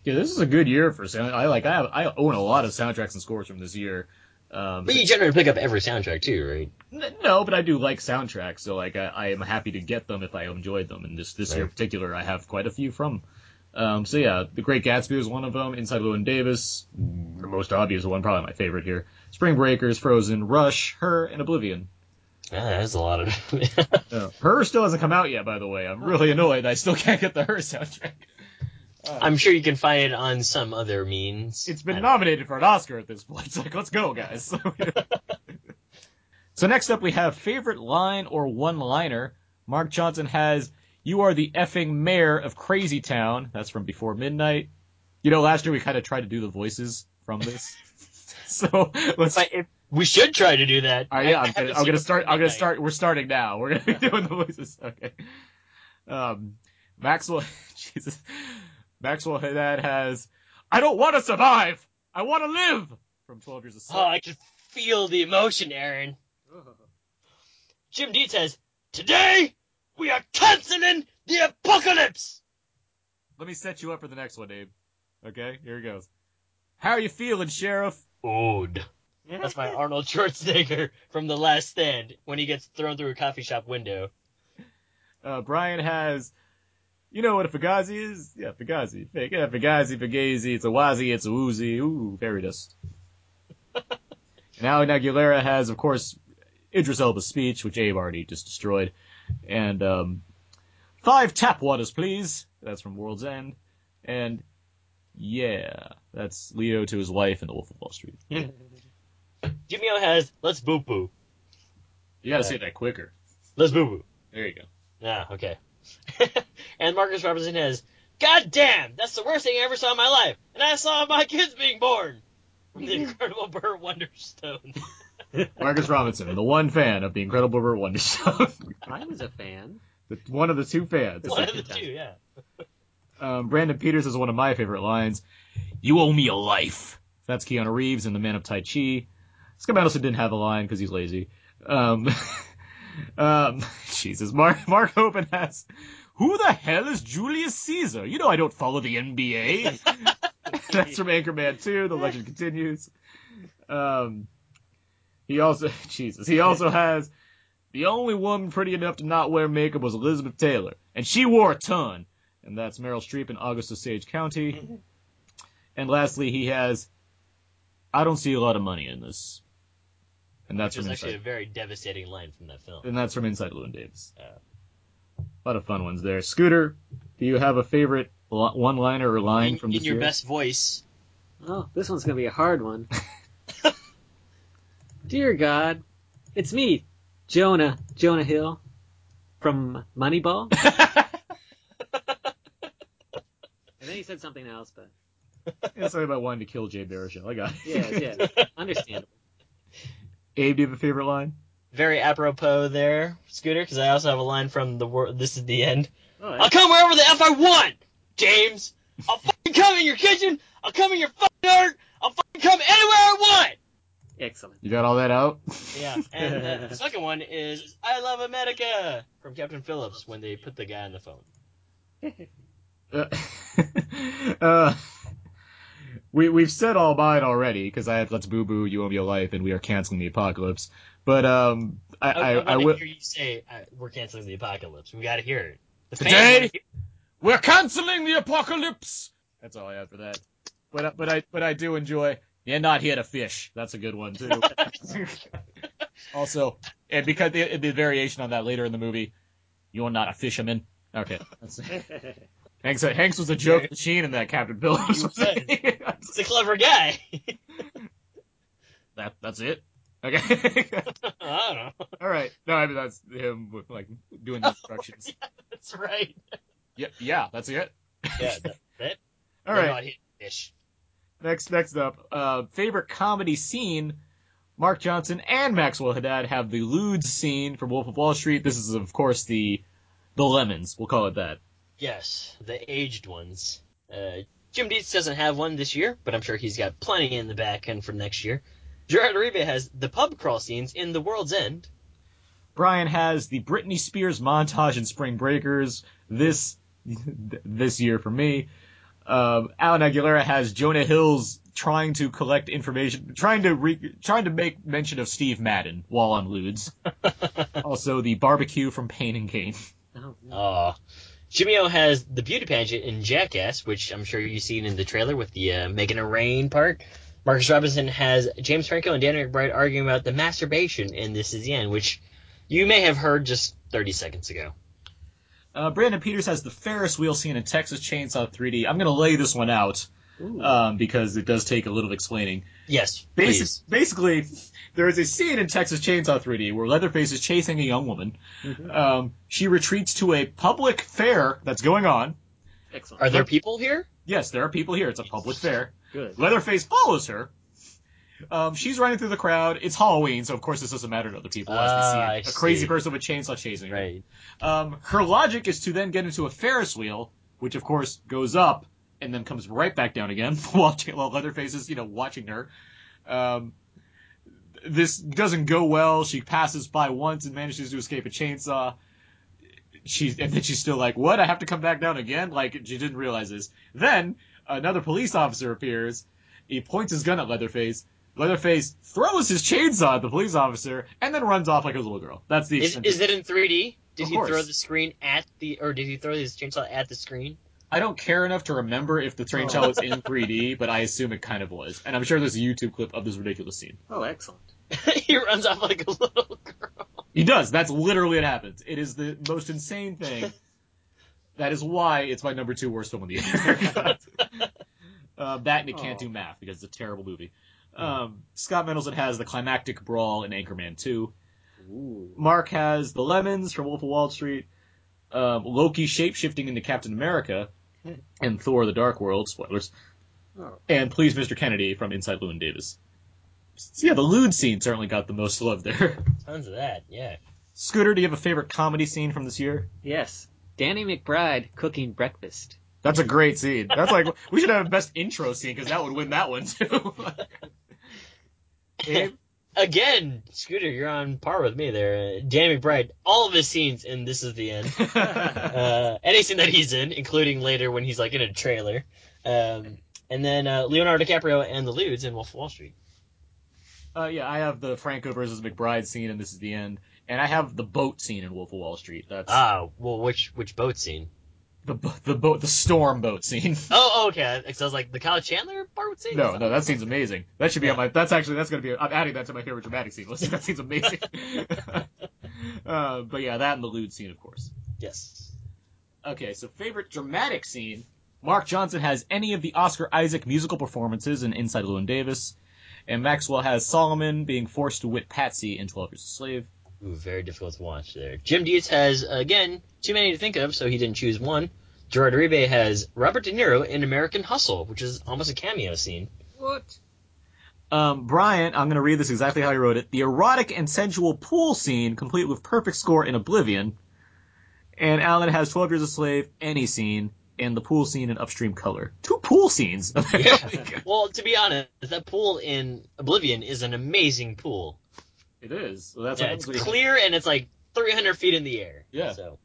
[SPEAKER 4] Yeah, this is a good year for sound. I like I have, I own a lot of soundtracks and scores from this year. Um,
[SPEAKER 9] But you generally pick up every soundtrack too, right?
[SPEAKER 4] n- no, but I do like soundtracks, so like I, I am happy to get them if I enjoyed them. And this this year in
[SPEAKER 9] Right.
[SPEAKER 4] particular, I have quite a few from. Um, so yeah, The Great Gatsby was one of them. Inside Llewyn Davis, the most obvious one, probably my favorite here. Spring Breakers, Frozen, Rush, Her, and Oblivion.
[SPEAKER 9] Ah, that's a lot of.
[SPEAKER 4] Uh, Her still hasn't come out yet, by the way. I'm really annoyed. I still can't get the Her soundtrack.
[SPEAKER 9] I'm sure you can find it on some other means.
[SPEAKER 4] it's
[SPEAKER 9] I
[SPEAKER 4] been
[SPEAKER 9] don't-
[SPEAKER 4] nominated for an Oscar at this point. It's like, let's go, guys. so next up, we have favorite line or one-liner. Mark Johnson has, "You are the effing mayor of Crazy Town." That's from Before Midnight. You know, last year we kind of tried to do the voices from this. so let's.
[SPEAKER 9] But if we should try to do that.
[SPEAKER 4] All right, yeah, I'm gonna, I'm gonna start. I'm gonna start. We're starting now. We're gonna be doing the voices. Okay. Um, Maxwell, Jesus, Maxwell Haddad has. I don't want to survive. I want to live. From Twelve Years a Slave.
[SPEAKER 9] Oh, I can feel the emotion, Aaron. Jim Deeds says, Today, we are canceling the apocalypse!
[SPEAKER 4] Let me set you up for the next one, Abe. Okay, here it goes. How are you feeling, Sheriff?
[SPEAKER 9] Ode. That's my Arnold Schwarzenegger from The Last Stand when he gets thrown through a coffee shop window.
[SPEAKER 4] Uh, Brian has. You know what a Fugazi is? Yeah, Fugazi. Fake. Yeah, Fugazi, Fugazi. It's a Wazi, it's a Woozy. Ooh, fairy dust. and Alan Aguilera has, of course, Idris Elba's speech, which Abe already just destroyed. And, um, five tap waters, please. That's from World's End. And, yeah, that's Leo to his wife in The Wolf of Wall Street.
[SPEAKER 9] Jimmy O has, Let's boo boo.
[SPEAKER 4] You gotta say that quicker.
[SPEAKER 9] Let's boo boo.
[SPEAKER 4] There you go.
[SPEAKER 9] Ah, okay. and Marcus Robinson has, God damn, that's the worst thing I ever saw in my life, and I saw my kids being born. From the Incredible Burt Wonderstone.
[SPEAKER 4] Marcus Robinson, the one fan of the Incredible Burt Wonderstone,
[SPEAKER 10] I was a fan.
[SPEAKER 4] the, one of the two fans.
[SPEAKER 9] One of the two, yeah.
[SPEAKER 4] Um, Brandon Peters is one of my favorite lines. You owe me a life. That's Keanu Reeves in The Man of Tai Chi. Scott Mendelson didn't have a line because he's lazy. Um, um, Jesus, Mark Mark Hoban asks, "Who the hell is Julius Caesar?" You know I don't follow the NBA. That's from Anchorman Two. The legend continues. Um, he also Jesus. He also has the only woman pretty enough to not wear makeup was Elizabeth Taylor, and she wore a ton. And that's Meryl Streep in August Osage County. And lastly, he has, I don't see a lot of money in this. And that's
[SPEAKER 9] Which is
[SPEAKER 4] from
[SPEAKER 9] actually a
[SPEAKER 4] Inside.
[SPEAKER 9] very devastating line from that film.
[SPEAKER 4] And that's from Inside Llewyn Davis.
[SPEAKER 9] Yeah.
[SPEAKER 4] A lot of fun ones there. Scooter, do you have a favorite one liner or line
[SPEAKER 9] In,
[SPEAKER 4] from
[SPEAKER 9] in
[SPEAKER 4] this
[SPEAKER 9] your
[SPEAKER 4] year?
[SPEAKER 9] best voice.
[SPEAKER 10] Oh, this one's gonna be a hard one. Dear God, it's me, Jonah, Jonah Hill, from Moneyball. and then he said something else, but
[SPEAKER 4] Yeah, Sorry about wanting to kill Jay Baruchel. I got it.
[SPEAKER 10] yeah, yeah, understandable.
[SPEAKER 4] Abe, do you have a favorite line?
[SPEAKER 9] Very apropos there, Scooter, because I also have a line from the wor- This is the end.
[SPEAKER 10] Oh,
[SPEAKER 9] I'll come wherever the F I want, James. I'll fucking come in your kitchen. I'll come in your fucking art. I'll fucking come anywhere I want.
[SPEAKER 10] excellent.
[SPEAKER 4] You got all that out?
[SPEAKER 9] Yeah, and uh, the second one is I Love America from Captain Phillips when they put the guy on the phone.
[SPEAKER 4] Uh, uh, we we've said all mine already because I have let's boo boo you owe me a life and we are canceling the apocalypse. But um,
[SPEAKER 9] I,
[SPEAKER 4] I I,
[SPEAKER 9] want
[SPEAKER 4] I,
[SPEAKER 9] to
[SPEAKER 4] will
[SPEAKER 9] hear you say I, we're canceling the apocalypse. We got to hear it. The
[SPEAKER 4] Today?
[SPEAKER 9] fans wanna hear-
[SPEAKER 4] we're canceling the apocalypse. That's all I have for that. But I- but I but I do enjoy. You're not here to fish. That's a good one too. also, and because the, the variation on that later in the movie, you're not a fisherman. Okay. That's, Hanks, uh, Hanks was a joke machine in that Captain Phillips.
[SPEAKER 9] He It's a clever guy.
[SPEAKER 4] that that's it. Okay.
[SPEAKER 9] I don't know.
[SPEAKER 4] All right. No, I mean that's him with like doing the instructions.
[SPEAKER 9] That's right.
[SPEAKER 4] yeah, yeah, that's it.
[SPEAKER 9] Yeah, that's it. They're
[SPEAKER 4] All right.
[SPEAKER 9] not hitting fish.
[SPEAKER 4] Next, next up, uh, favorite comedy scene. Mark Johnson and Maxwell Haddad have the lewd scene from Wolf of Wall Street. This is, of course, the the lemons. We'll call it that.
[SPEAKER 9] Yes, the aged ones. Uh, Jim Dietz doesn't have one this year, but I'm sure he's got plenty in the back end for next year. Gerard Uribe has the pub crawl scenes in The World's End.
[SPEAKER 4] Brian has the Britney Spears montage in Spring Breakers this this year for me. Um, Alan Aguilera has Jonah Hill's trying to collect information, trying to re, trying to make mention of Steve Madden while on Ludes. also, the barbecue from Pain and Gain.
[SPEAKER 10] Oh, no.
[SPEAKER 9] Uh, Jimmy O has the beauty pageant in Jackass, which I'm sure you've seen in the trailer with the uh, making a rain part. Marcus Robinson has James Franco and Dan McBride arguing about the masturbation in This Is the End, which you may have heard just 30 seconds ago.
[SPEAKER 4] Uh, Brandon Peters has the Ferris wheel scene in Texas Chainsaw 3D. I'm gonna lay this one out
[SPEAKER 10] Ooh.
[SPEAKER 9] Uh,
[SPEAKER 4] um, because it does take a little explaining.
[SPEAKER 9] Yes,
[SPEAKER 4] Basic,
[SPEAKER 9] please.
[SPEAKER 4] basically, there is a scene in Texas Chainsaw 3D where Leatherface is chasing a young woman.
[SPEAKER 9] Mm-hmm.
[SPEAKER 4] Um, she retreats to a public fair that's going on.
[SPEAKER 10] excellent.
[SPEAKER 9] Are there people here?
[SPEAKER 4] Yes, there are people here. It's a public fair.
[SPEAKER 10] Good.
[SPEAKER 4] Leatherface follows her. Um, she's running through the crowd. It's Halloween, so of course this doesn't matter to other people. as
[SPEAKER 9] Ah,
[SPEAKER 4] they see
[SPEAKER 9] I
[SPEAKER 4] a- a crazy
[SPEAKER 9] see.
[SPEAKER 4] person with a chainsaw chasing her. Um, her logic is to then get into a Ferris wheel, which of course goes up and then comes right back down again while, while Leatherface is, you know, watching her. Um, this doesn't go well. She passes by once and manages to escape a chainsaw. She's and then she's still like, "What? I have to come back down again?" Like she didn't realize this. Then another police officer appears. He points his gun at Leatherface. Leatherface throws his chainsaw at the police officer and then runs off like a little girl. That's the
[SPEAKER 9] Is,
[SPEAKER 4] extent.
[SPEAKER 9] is it in 3D? Did
[SPEAKER 4] Of
[SPEAKER 9] he
[SPEAKER 4] course.
[SPEAKER 9] throw the screen at the, or did he throw his chainsaw at the screen?
[SPEAKER 4] I don't care enough to remember if the train shot was in 3D, but I assume it kind of was. And I'm sure there's a YouTube clip of this ridiculous scene.
[SPEAKER 10] Oh, excellent.
[SPEAKER 9] he runs off like a little girl.
[SPEAKER 4] He does. That's literally what happens. It is the most insane thing. that is why it's my number two worst film of the year. uh, that and it can't
[SPEAKER 10] Aw.
[SPEAKER 4] do math because it's a terrible movie. Um, Scott Mendelson has the climactic brawl in Anchorman 2.
[SPEAKER 9] Mm.
[SPEAKER 10] Ooh.
[SPEAKER 4] Mark has the lemons from Wolf of Wall Street. Um, Loki shapeshifting into Captain America. and Thor: The Dark World spoilers,
[SPEAKER 10] Oh,
[SPEAKER 4] and Please, Mr. Kennedy from Inside Llewyn Davis. So yeah, the lewd scene certainly got the most love there.
[SPEAKER 9] Tons of that, yeah.
[SPEAKER 4] Scooter, do you have a favorite comedy scene from this year?
[SPEAKER 10] Yes, Danny McBride cooking breakfast.
[SPEAKER 4] That's a great scene. That's like we should have a best intro scene because that would win that one too. Abe?
[SPEAKER 9] Again, Scooter, you're on par with me there. Uh, Danny McBride, all of his scenes in This Is the End. uh, any scene that he's in, including later when he's like in a trailer. Um, and then uh, Leonardo DiCaprio and the Ludes in Wolf of Wall Street.
[SPEAKER 4] Uh, yeah, I have the Franco versus McBride scene, and this is the end. And I have the boat scene in Wolf of Wall Street. That's
[SPEAKER 9] Ah, well, which which boat scene?
[SPEAKER 4] the bo- the boat, the storm boat scene.
[SPEAKER 9] Oh, oh, okay. Because I was like, the Kyle Chandler boat scene?
[SPEAKER 4] no, no, that scene's amazing. That should be on
[SPEAKER 9] Yeah.
[SPEAKER 4] my. That's actually that's gonna be. I'm adding that to my favorite dramatic scene list. That scene's amazing. uh, but yeah, that and the lewd scene, of course.
[SPEAKER 9] Yes.
[SPEAKER 4] Okay, so favorite dramatic scene. Mark Johnson has any of the Oscar Isaac musical performances in Inside Llewyn Davis, and Maxwell has Solomon being forced to whip Patsy in Twelve Years a Slave.
[SPEAKER 9] Ooh, very difficult to watch there. Jim Dietz has, again, too many to think of, so he didn't choose one. Gerard Uribe has Robert De Niro in American Hustle, which is almost a cameo scene.
[SPEAKER 10] What?
[SPEAKER 4] Um, Brian, I'm going to read this exactly how he wrote it. The erotic and sensual pool scene, complete with perfect score in Oblivion. And Alan has 12 Years a Slave, any scene, and the pool scene in Upstream Color. Two pool scenes.
[SPEAKER 9] Well, to be honest, that pool in Oblivion is an amazing pool.
[SPEAKER 4] It is. So that's
[SPEAKER 9] Yeah, it's clear and it's like 300 feet in the air.
[SPEAKER 4] Yeah.
[SPEAKER 9] So,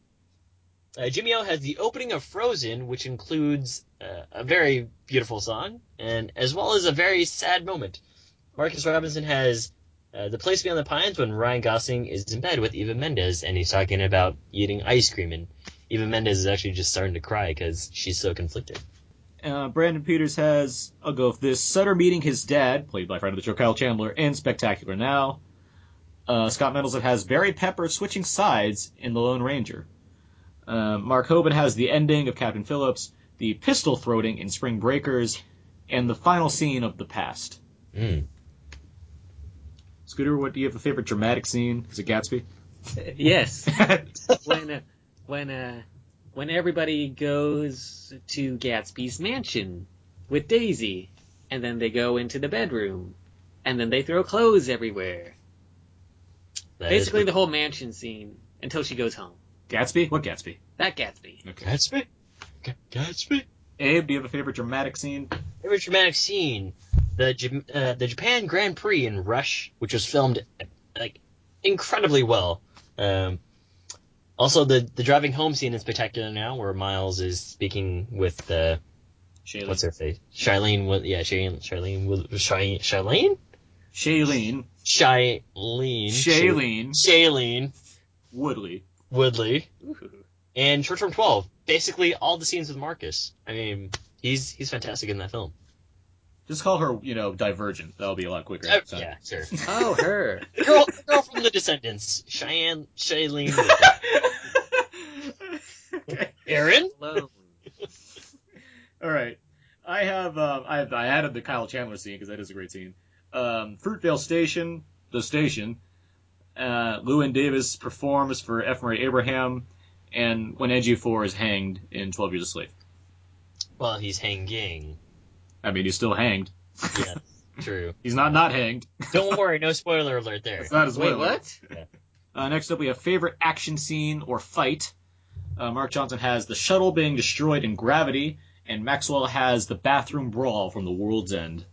[SPEAKER 9] uh, Jimmy O has the opening of Frozen, which includes uh, a very beautiful song and as well as a very sad moment. Marcus Robinson has uh, the place beyond the pines when Ryan Gosling is in bed with Eva Mendes and he's talking about eating ice cream and Eva Mendes is actually just starting to cry because she's so conflicted.
[SPEAKER 4] Uh, Brandon Peters has, I'll go with this, Sutter meeting his dad, played by friend of the show Kyle Chandler, and Spectacular Now. Uh, Scott Mendelson has Barry Pepper switching sides in The Lone Ranger. Uh, Mark Hoban has the ending of Captain Phillips, the pistol throating in Spring Breakers, and the final scene of The Past.
[SPEAKER 9] Mm.
[SPEAKER 4] Scooter, what do you have a favorite dramatic scene? Is it Gatsby?
[SPEAKER 10] Yes. when uh, when uh, when everybody goes to Gatsby's mansion with Daisy, and then they go into the bedroom, and then they throw clothes everywhere.
[SPEAKER 9] That is-
[SPEAKER 10] Basically, the whole mansion scene until she goes home.
[SPEAKER 4] Gatsby? What Gatsby?
[SPEAKER 10] That Gatsby.
[SPEAKER 9] Gatsby? G- Gatsby?
[SPEAKER 4] Abe, do you have a favorite dramatic scene?
[SPEAKER 9] favorite dramatic scene the Jam- uh, the Japan Grand Prix in Rush, which was filmed like incredibly well. Um, also, the the driving home scene is spectacular now, where Miles is speaking with uh,
[SPEAKER 4] Shailene.
[SPEAKER 9] what's her face, Charlene. Wi- Yeah, Charlene. Charlene. Wi- Chi- Charlene.
[SPEAKER 4] Shailene.
[SPEAKER 9] Charlene. Charlene.
[SPEAKER 4] Shailene.
[SPEAKER 9] Charlene
[SPEAKER 4] Woodley.
[SPEAKER 9] Woodley. And Short Term Twelve. Basically, all the scenes with Marcus. I mean, he's he's fantastic in that film.
[SPEAKER 4] Just call her, you know, Divergent. That'll be a lot quicker.
[SPEAKER 9] Uh,
[SPEAKER 4] So-
[SPEAKER 9] yeah, sure.
[SPEAKER 10] Oh, her.
[SPEAKER 9] The girl, the girl from The Descendants, Cheyenne, Shailene, Aaron.
[SPEAKER 10] Alone.
[SPEAKER 4] All right, I have um, I have I added the Kyle Chandler scene because that is a great scene. Um, Fruitvale Station, the station. Uh, Lewin Davis performs for F. Murray Abraham, and when NG4 is hanged in Twelve Years a Slave.
[SPEAKER 9] Well, he's hanging.
[SPEAKER 4] I mean, he's still hanged.
[SPEAKER 9] Yeah, true.
[SPEAKER 4] He's not not hanged.
[SPEAKER 9] Don't worry, no spoiler alert there.
[SPEAKER 4] It's not as
[SPEAKER 10] Wait,
[SPEAKER 4] well.
[SPEAKER 10] what?
[SPEAKER 4] Uh, next up, we have favorite action scene or fight. Uh, Mark Johnson has the shuttle being destroyed in Gravity, and Maxwell has the bathroom brawl from The World's End.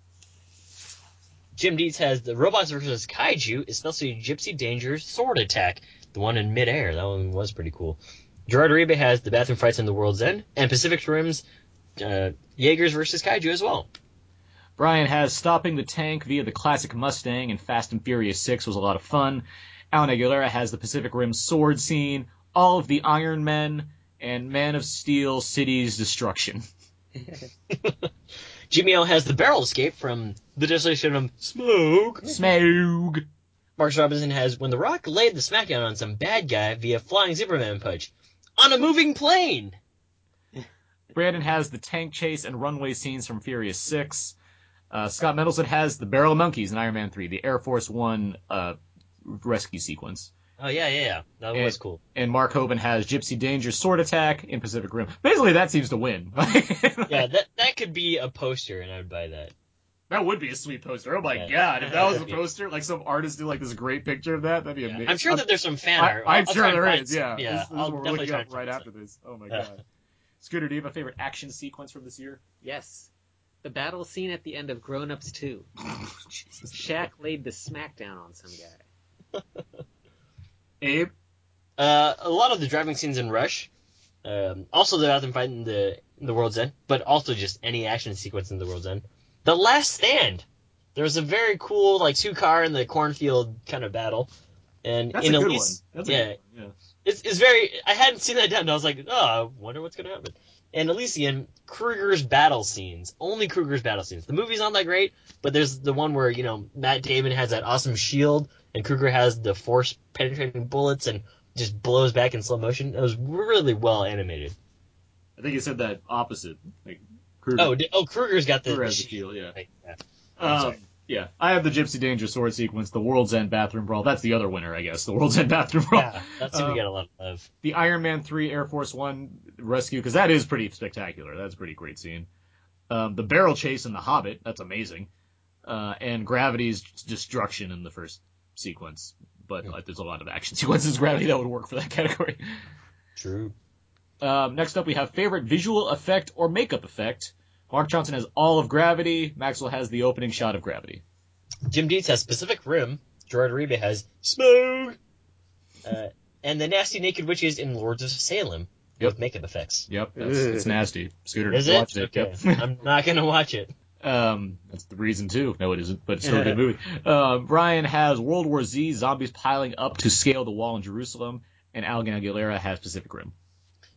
[SPEAKER 9] Jim Deeds has the robots versus kaiju, especially Gypsy Danger's sword attack, the one in midair. That one was pretty cool. Gerard Uribe has the bathroom fights in the World's End, and Pacific Rim's uh, Jaegers versus kaiju as well.
[SPEAKER 4] Brian has stopping the tank via the classic Mustang in Fast and Furious 6 was a lot of fun. Alan Aguilera has the Pacific Rim sword scene, all of the Iron Men, and Man of Steel City's destruction.
[SPEAKER 9] Jimmy O has the barrel escape from the desolation of smoke.
[SPEAKER 4] Smaug!
[SPEAKER 9] Marcus Robinson has when The Rock laid the smackdown on some bad guy via flying Zipperman punch on a moving plane.
[SPEAKER 4] Brandon has the tank chase and runway scenes from Furious 6. Uh, Scott Mendelson has the Barrel Monkeys in Iron Man 3, the Air Force One uh, rescue sequence.
[SPEAKER 9] Oh yeah, yeah, yeah. That
[SPEAKER 4] Yeah.
[SPEAKER 9] was cool.
[SPEAKER 4] and Mark Hoban has Gypsy Danger Sword Attack in Pacific Rim. Basically, that seems to win.
[SPEAKER 9] Yeah, that that could be a poster, and I would buy that.
[SPEAKER 4] That would be a sweet poster. Oh my
[SPEAKER 9] Yeah.
[SPEAKER 4] god, if that was a
[SPEAKER 9] Yeah.
[SPEAKER 4] poster, like some artist did like this great picture of that, that'd be amazing.
[SPEAKER 9] I'm sure that there's some fan art.
[SPEAKER 4] I,
[SPEAKER 9] I'll-
[SPEAKER 4] am
[SPEAKER 9] I'll
[SPEAKER 4] sure
[SPEAKER 9] try and
[SPEAKER 4] there
[SPEAKER 9] find
[SPEAKER 4] is.
[SPEAKER 9] some.
[SPEAKER 4] Yeah,
[SPEAKER 9] yeah.
[SPEAKER 4] This, this
[SPEAKER 9] I'll
[SPEAKER 4] is what we're
[SPEAKER 9] definitely
[SPEAKER 4] looking
[SPEAKER 9] try and
[SPEAKER 4] up right
[SPEAKER 9] find
[SPEAKER 4] after
[SPEAKER 9] some.
[SPEAKER 4] this. Oh my
[SPEAKER 9] Yeah.
[SPEAKER 4] god. Scooter, do you have a favorite action sequence from this year?
[SPEAKER 10] Yes. The battle scene at the end of Grown Ups 2. Shaq laid the smackdown on some guy.
[SPEAKER 4] Abe,
[SPEAKER 9] Uh, a lot of the driving scenes in Rush, um, also the them fight in the in the World's End, but also just any action sequence in the World's End. The Last Stand. There was a very cool like two car in the cornfield kind of battle, and
[SPEAKER 4] that's
[SPEAKER 9] in
[SPEAKER 4] a good
[SPEAKER 9] Elise,
[SPEAKER 4] one. That's a
[SPEAKER 9] yeah,
[SPEAKER 4] good one. Yeah.
[SPEAKER 9] it's, it's very. I hadn't seen that done. and I was like, oh, I wonder what's gonna happen. And Elysian Kruger's battle scenes, only Kruger's battle scenes. The movie's not that great, but there's the one where you know Matt Damon has that awesome shield, and Kruger has the force penetrating bullets and just blows back in slow motion. It was really well animated.
[SPEAKER 4] I think you said that opposite. Like Kruger,
[SPEAKER 9] Oh, d- oh, Kruger's got the.
[SPEAKER 4] Kruger
[SPEAKER 9] the
[SPEAKER 4] has the
[SPEAKER 9] shield.
[SPEAKER 4] shield, yeah.
[SPEAKER 9] Right, yeah. I'm
[SPEAKER 4] Um,
[SPEAKER 9] sorry.
[SPEAKER 4] yeah, I have the Gypsy Danger sword sequence, the World's End bathroom brawl. That's the other winner, I guess. The World's End bathroom brawl.
[SPEAKER 9] Yeah, that's who
[SPEAKER 4] Um,
[SPEAKER 9] we got a lot of love.
[SPEAKER 4] the Iron Man 3 Air Force One rescue, because that is pretty spectacular. That's a pretty great scene. Um, the barrel chase in The Hobbit, that's amazing. Uh, and Gravity's destruction in the first sequence. But like, there's a lot of action sequences in Gravity that would work for that category.
[SPEAKER 9] True.
[SPEAKER 4] Um, next up, we have favorite visual effect or makeup effect. Mark Johnson has all of Gravity. Maxwell has the opening shot of Gravity.
[SPEAKER 9] Jim Deeds has Pacific Rim. Gerard Ribe has Smoke. Uh, and the Nasty Naked Witches in Lords of Salem
[SPEAKER 4] Yep.
[SPEAKER 9] with makeup effects.
[SPEAKER 4] Yep, that's, it's nasty. Scooter
[SPEAKER 9] Is it?
[SPEAKER 4] watched it.
[SPEAKER 9] Okay.
[SPEAKER 4] Yep.
[SPEAKER 9] I'm not going to watch it.
[SPEAKER 4] Um, that's the reason too. No, it isn't, but it's still a good movie. Uh, Ryan has World War Z zombies piling up to scale the wall in Jerusalem, and Algan Aguilera has Pacific Rim.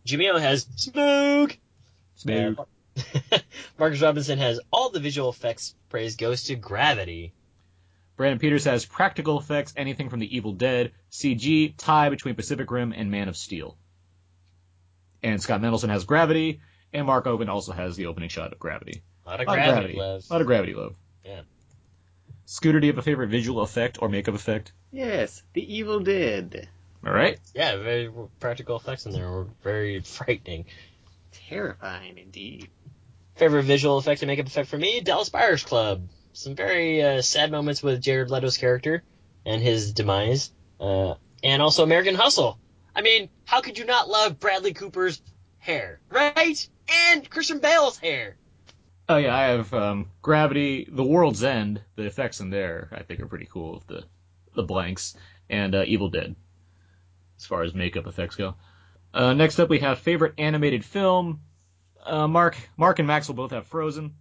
[SPEAKER 9] Jimeo has Smoke.
[SPEAKER 4] Smooth.
[SPEAKER 9] Uh, Marcus Robinson has all the visual effects praise goes to Gravity.
[SPEAKER 4] Brandon Peters has practical effects, anything from The Evil Dead, CG, tie between Pacific Rim and Man of Steel. And Scott Mendelson has Gravity, and Mark Oban also has the opening shot of Gravity.
[SPEAKER 9] A lot of
[SPEAKER 4] A lot of
[SPEAKER 9] Gravity,
[SPEAKER 4] Gravity, a lot
[SPEAKER 9] love.
[SPEAKER 4] of Gravity love.
[SPEAKER 9] Yeah.
[SPEAKER 4] Scooter, do you have a favorite visual effect or makeup effect?
[SPEAKER 10] Yes, the evil dead.
[SPEAKER 4] All right.
[SPEAKER 9] Yeah, very practical effects in there were very frightening.
[SPEAKER 10] Terrifying indeed.
[SPEAKER 9] Favorite visual effect and makeup effect for me, Dallas Buyers Club. Some very uh, sad moments with Jared Leto's character and his demise, uh, and also American Hustle. I mean, how could you not love Bradley Cooper's hair, right? And Christian Bale's hair.
[SPEAKER 4] Oh yeah, I have um, Gravity, The World's End. The effects in there, I think, are pretty cool. Of the the blanks and uh, Evil Dead, as far as makeup effects go. Uh, next up, we have favorite animated film. Uh, Mark, Mark and Max will both have Frozen.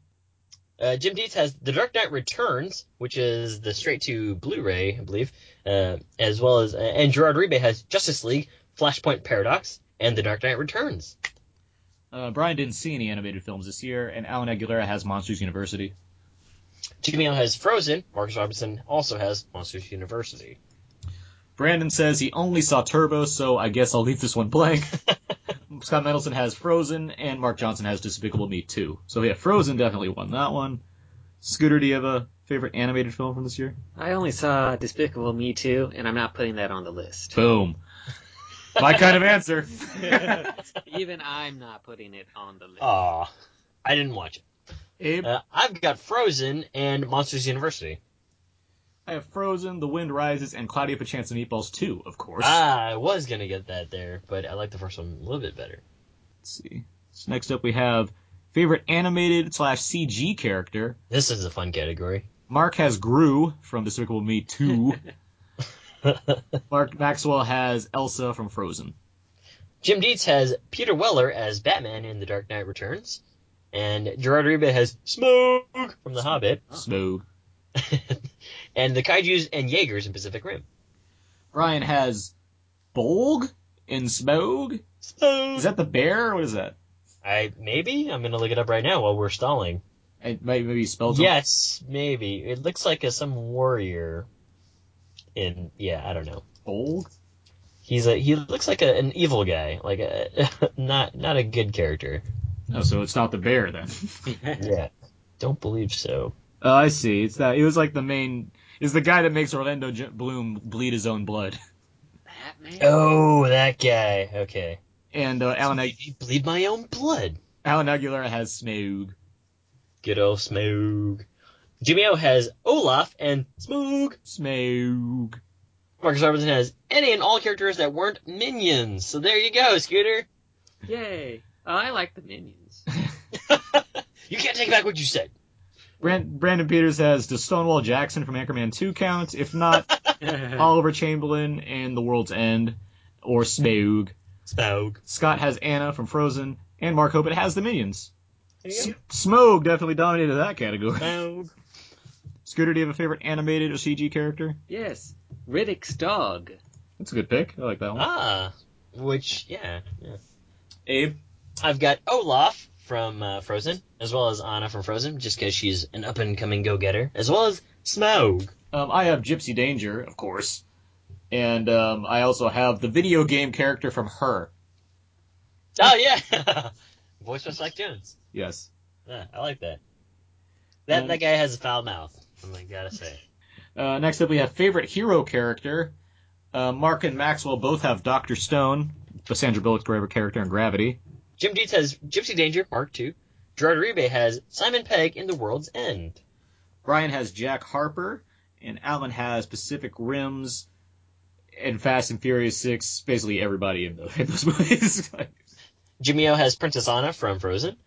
[SPEAKER 9] Uh, Jim Dietz has The Dark Knight Returns, which is the straight to Blu-ray, I believe, uh, as well as and Gerard Ribe has Justice League, Flashpoint Paradox, and The Dark Knight Returns.
[SPEAKER 4] Uh, Brian didn't see any animated films this year, and Alan Aguilera has Monsters University.
[SPEAKER 9] Jimmy has Frozen. Marcus Robinson also has Monsters University.
[SPEAKER 4] Brandon says he only saw Turbo, so I guess I'll leave this one blank. Scott Mendelson has Frozen, and Mark Johnson has Despicable Me 2. So yeah, Frozen definitely won that one. Scooter, do you have a favorite animated film from this year?
[SPEAKER 10] I only saw Despicable Me 2, and I'm not putting that on the list.
[SPEAKER 4] Boom. My kind of answer.
[SPEAKER 10] Even I'm not putting it on the list.
[SPEAKER 9] Ah, I didn't watch it.
[SPEAKER 4] Abe,
[SPEAKER 9] Uh, I've got Frozen and Monsters University.
[SPEAKER 4] I have Frozen, The Wind Rises, and Claudia Pachance and Meatballs 2, of course.
[SPEAKER 9] Ah, I was gonna get that there, but I like the first one a little bit better.
[SPEAKER 4] Let's see. So next up we have favorite animated slash CG character.
[SPEAKER 9] This is a fun category.
[SPEAKER 4] Mark has Gru from Despicable Me 2. Mark Maxwell has Elsa from Frozen.
[SPEAKER 9] Jim Dietz has Peter Weller as Batman in The Dark Knight Returns, and Gerard Ribe has Smoke from The Hobbit,
[SPEAKER 4] Snow.
[SPEAKER 9] and the Kaiju's and Jaegers in Pacific Rim.
[SPEAKER 4] Ryan has Bolg in Smog. Is
[SPEAKER 9] Smoke.
[SPEAKER 4] that the bear? or What is that?
[SPEAKER 9] I maybe I'm gonna look it up right now while we're stalling.
[SPEAKER 4] It might maybe spelled
[SPEAKER 9] Yes, maybe it looks like a, some warrior. In yeah, I don't know.
[SPEAKER 4] Bolg.
[SPEAKER 9] He's a he looks like a, an evil guy, like a not not a good character.
[SPEAKER 4] Oh, so it's not the bear then.
[SPEAKER 9] Yeah, don't believe so.
[SPEAKER 4] oh, I see. It's that. It was like the main. Is the guy that makes Orlando J- Bloom bleed his own blood.
[SPEAKER 10] man.
[SPEAKER 9] Oh, that guy. Okay.
[SPEAKER 4] And uh, Alan, Ag-
[SPEAKER 9] I bleed my own blood.
[SPEAKER 4] Alan Aguilera has Smaug.
[SPEAKER 9] Good old Smoog. Jimmy O has Olaf and Smoog.
[SPEAKER 4] Smaug.
[SPEAKER 9] Marcus Robinson has any and all characters that weren't minions. So there you go, Scooter.
[SPEAKER 10] Yay. Oh, I like the minions.
[SPEAKER 9] you can't take back what you said.
[SPEAKER 4] Brand- Brandon Peters has Does Stonewall Jackson from Anchorman 2 count? If not, Oliver Chamberlain and The World's End or Smaug.
[SPEAKER 9] Smoog.
[SPEAKER 4] Scott has Anna from Frozen, and Mark Hopet has the Minions.
[SPEAKER 9] There
[SPEAKER 4] S-
[SPEAKER 9] you
[SPEAKER 4] Smoog definitely dominated that category.
[SPEAKER 9] go. Smoog.
[SPEAKER 4] Scooter, do you have a favorite animated or CG character?
[SPEAKER 10] yes. Riddick's dog.
[SPEAKER 4] That's a good pick. I like that one.
[SPEAKER 9] Ah. Which, yeah, yeah.
[SPEAKER 4] Abe?
[SPEAKER 9] I've got Olaf from uh, Frozen, as well as Anna from Frozen, just because she's an up and coming go getter, as well as Smaug.
[SPEAKER 4] Um, I have Gypsy Danger, of course. And um, I also have the video game character from Her.
[SPEAKER 9] Oh, yeah! Voice by Spike Jones.
[SPEAKER 4] Yes.
[SPEAKER 9] Yeah, I like that. That,
[SPEAKER 4] Um,
[SPEAKER 9] that guy has a foul mouth. I'm like, gotta say.
[SPEAKER 4] Uh, next up, we have favorite hero character. Uh, Mark and Maxwell both have Doctor Stone, the Sandra Bullock's favorite character in Gravity.
[SPEAKER 9] Jim Dietz has Gypsy Danger, Mark II. Gerard Uribe has Simon Pegg in The World's End.
[SPEAKER 4] Brian has Jack Harper, and Alan has Pacific Rims and Fast and Furious Six. Basically, everybody in, the, in those movies.
[SPEAKER 9] Jimmy O has Princess Anna from Frozen.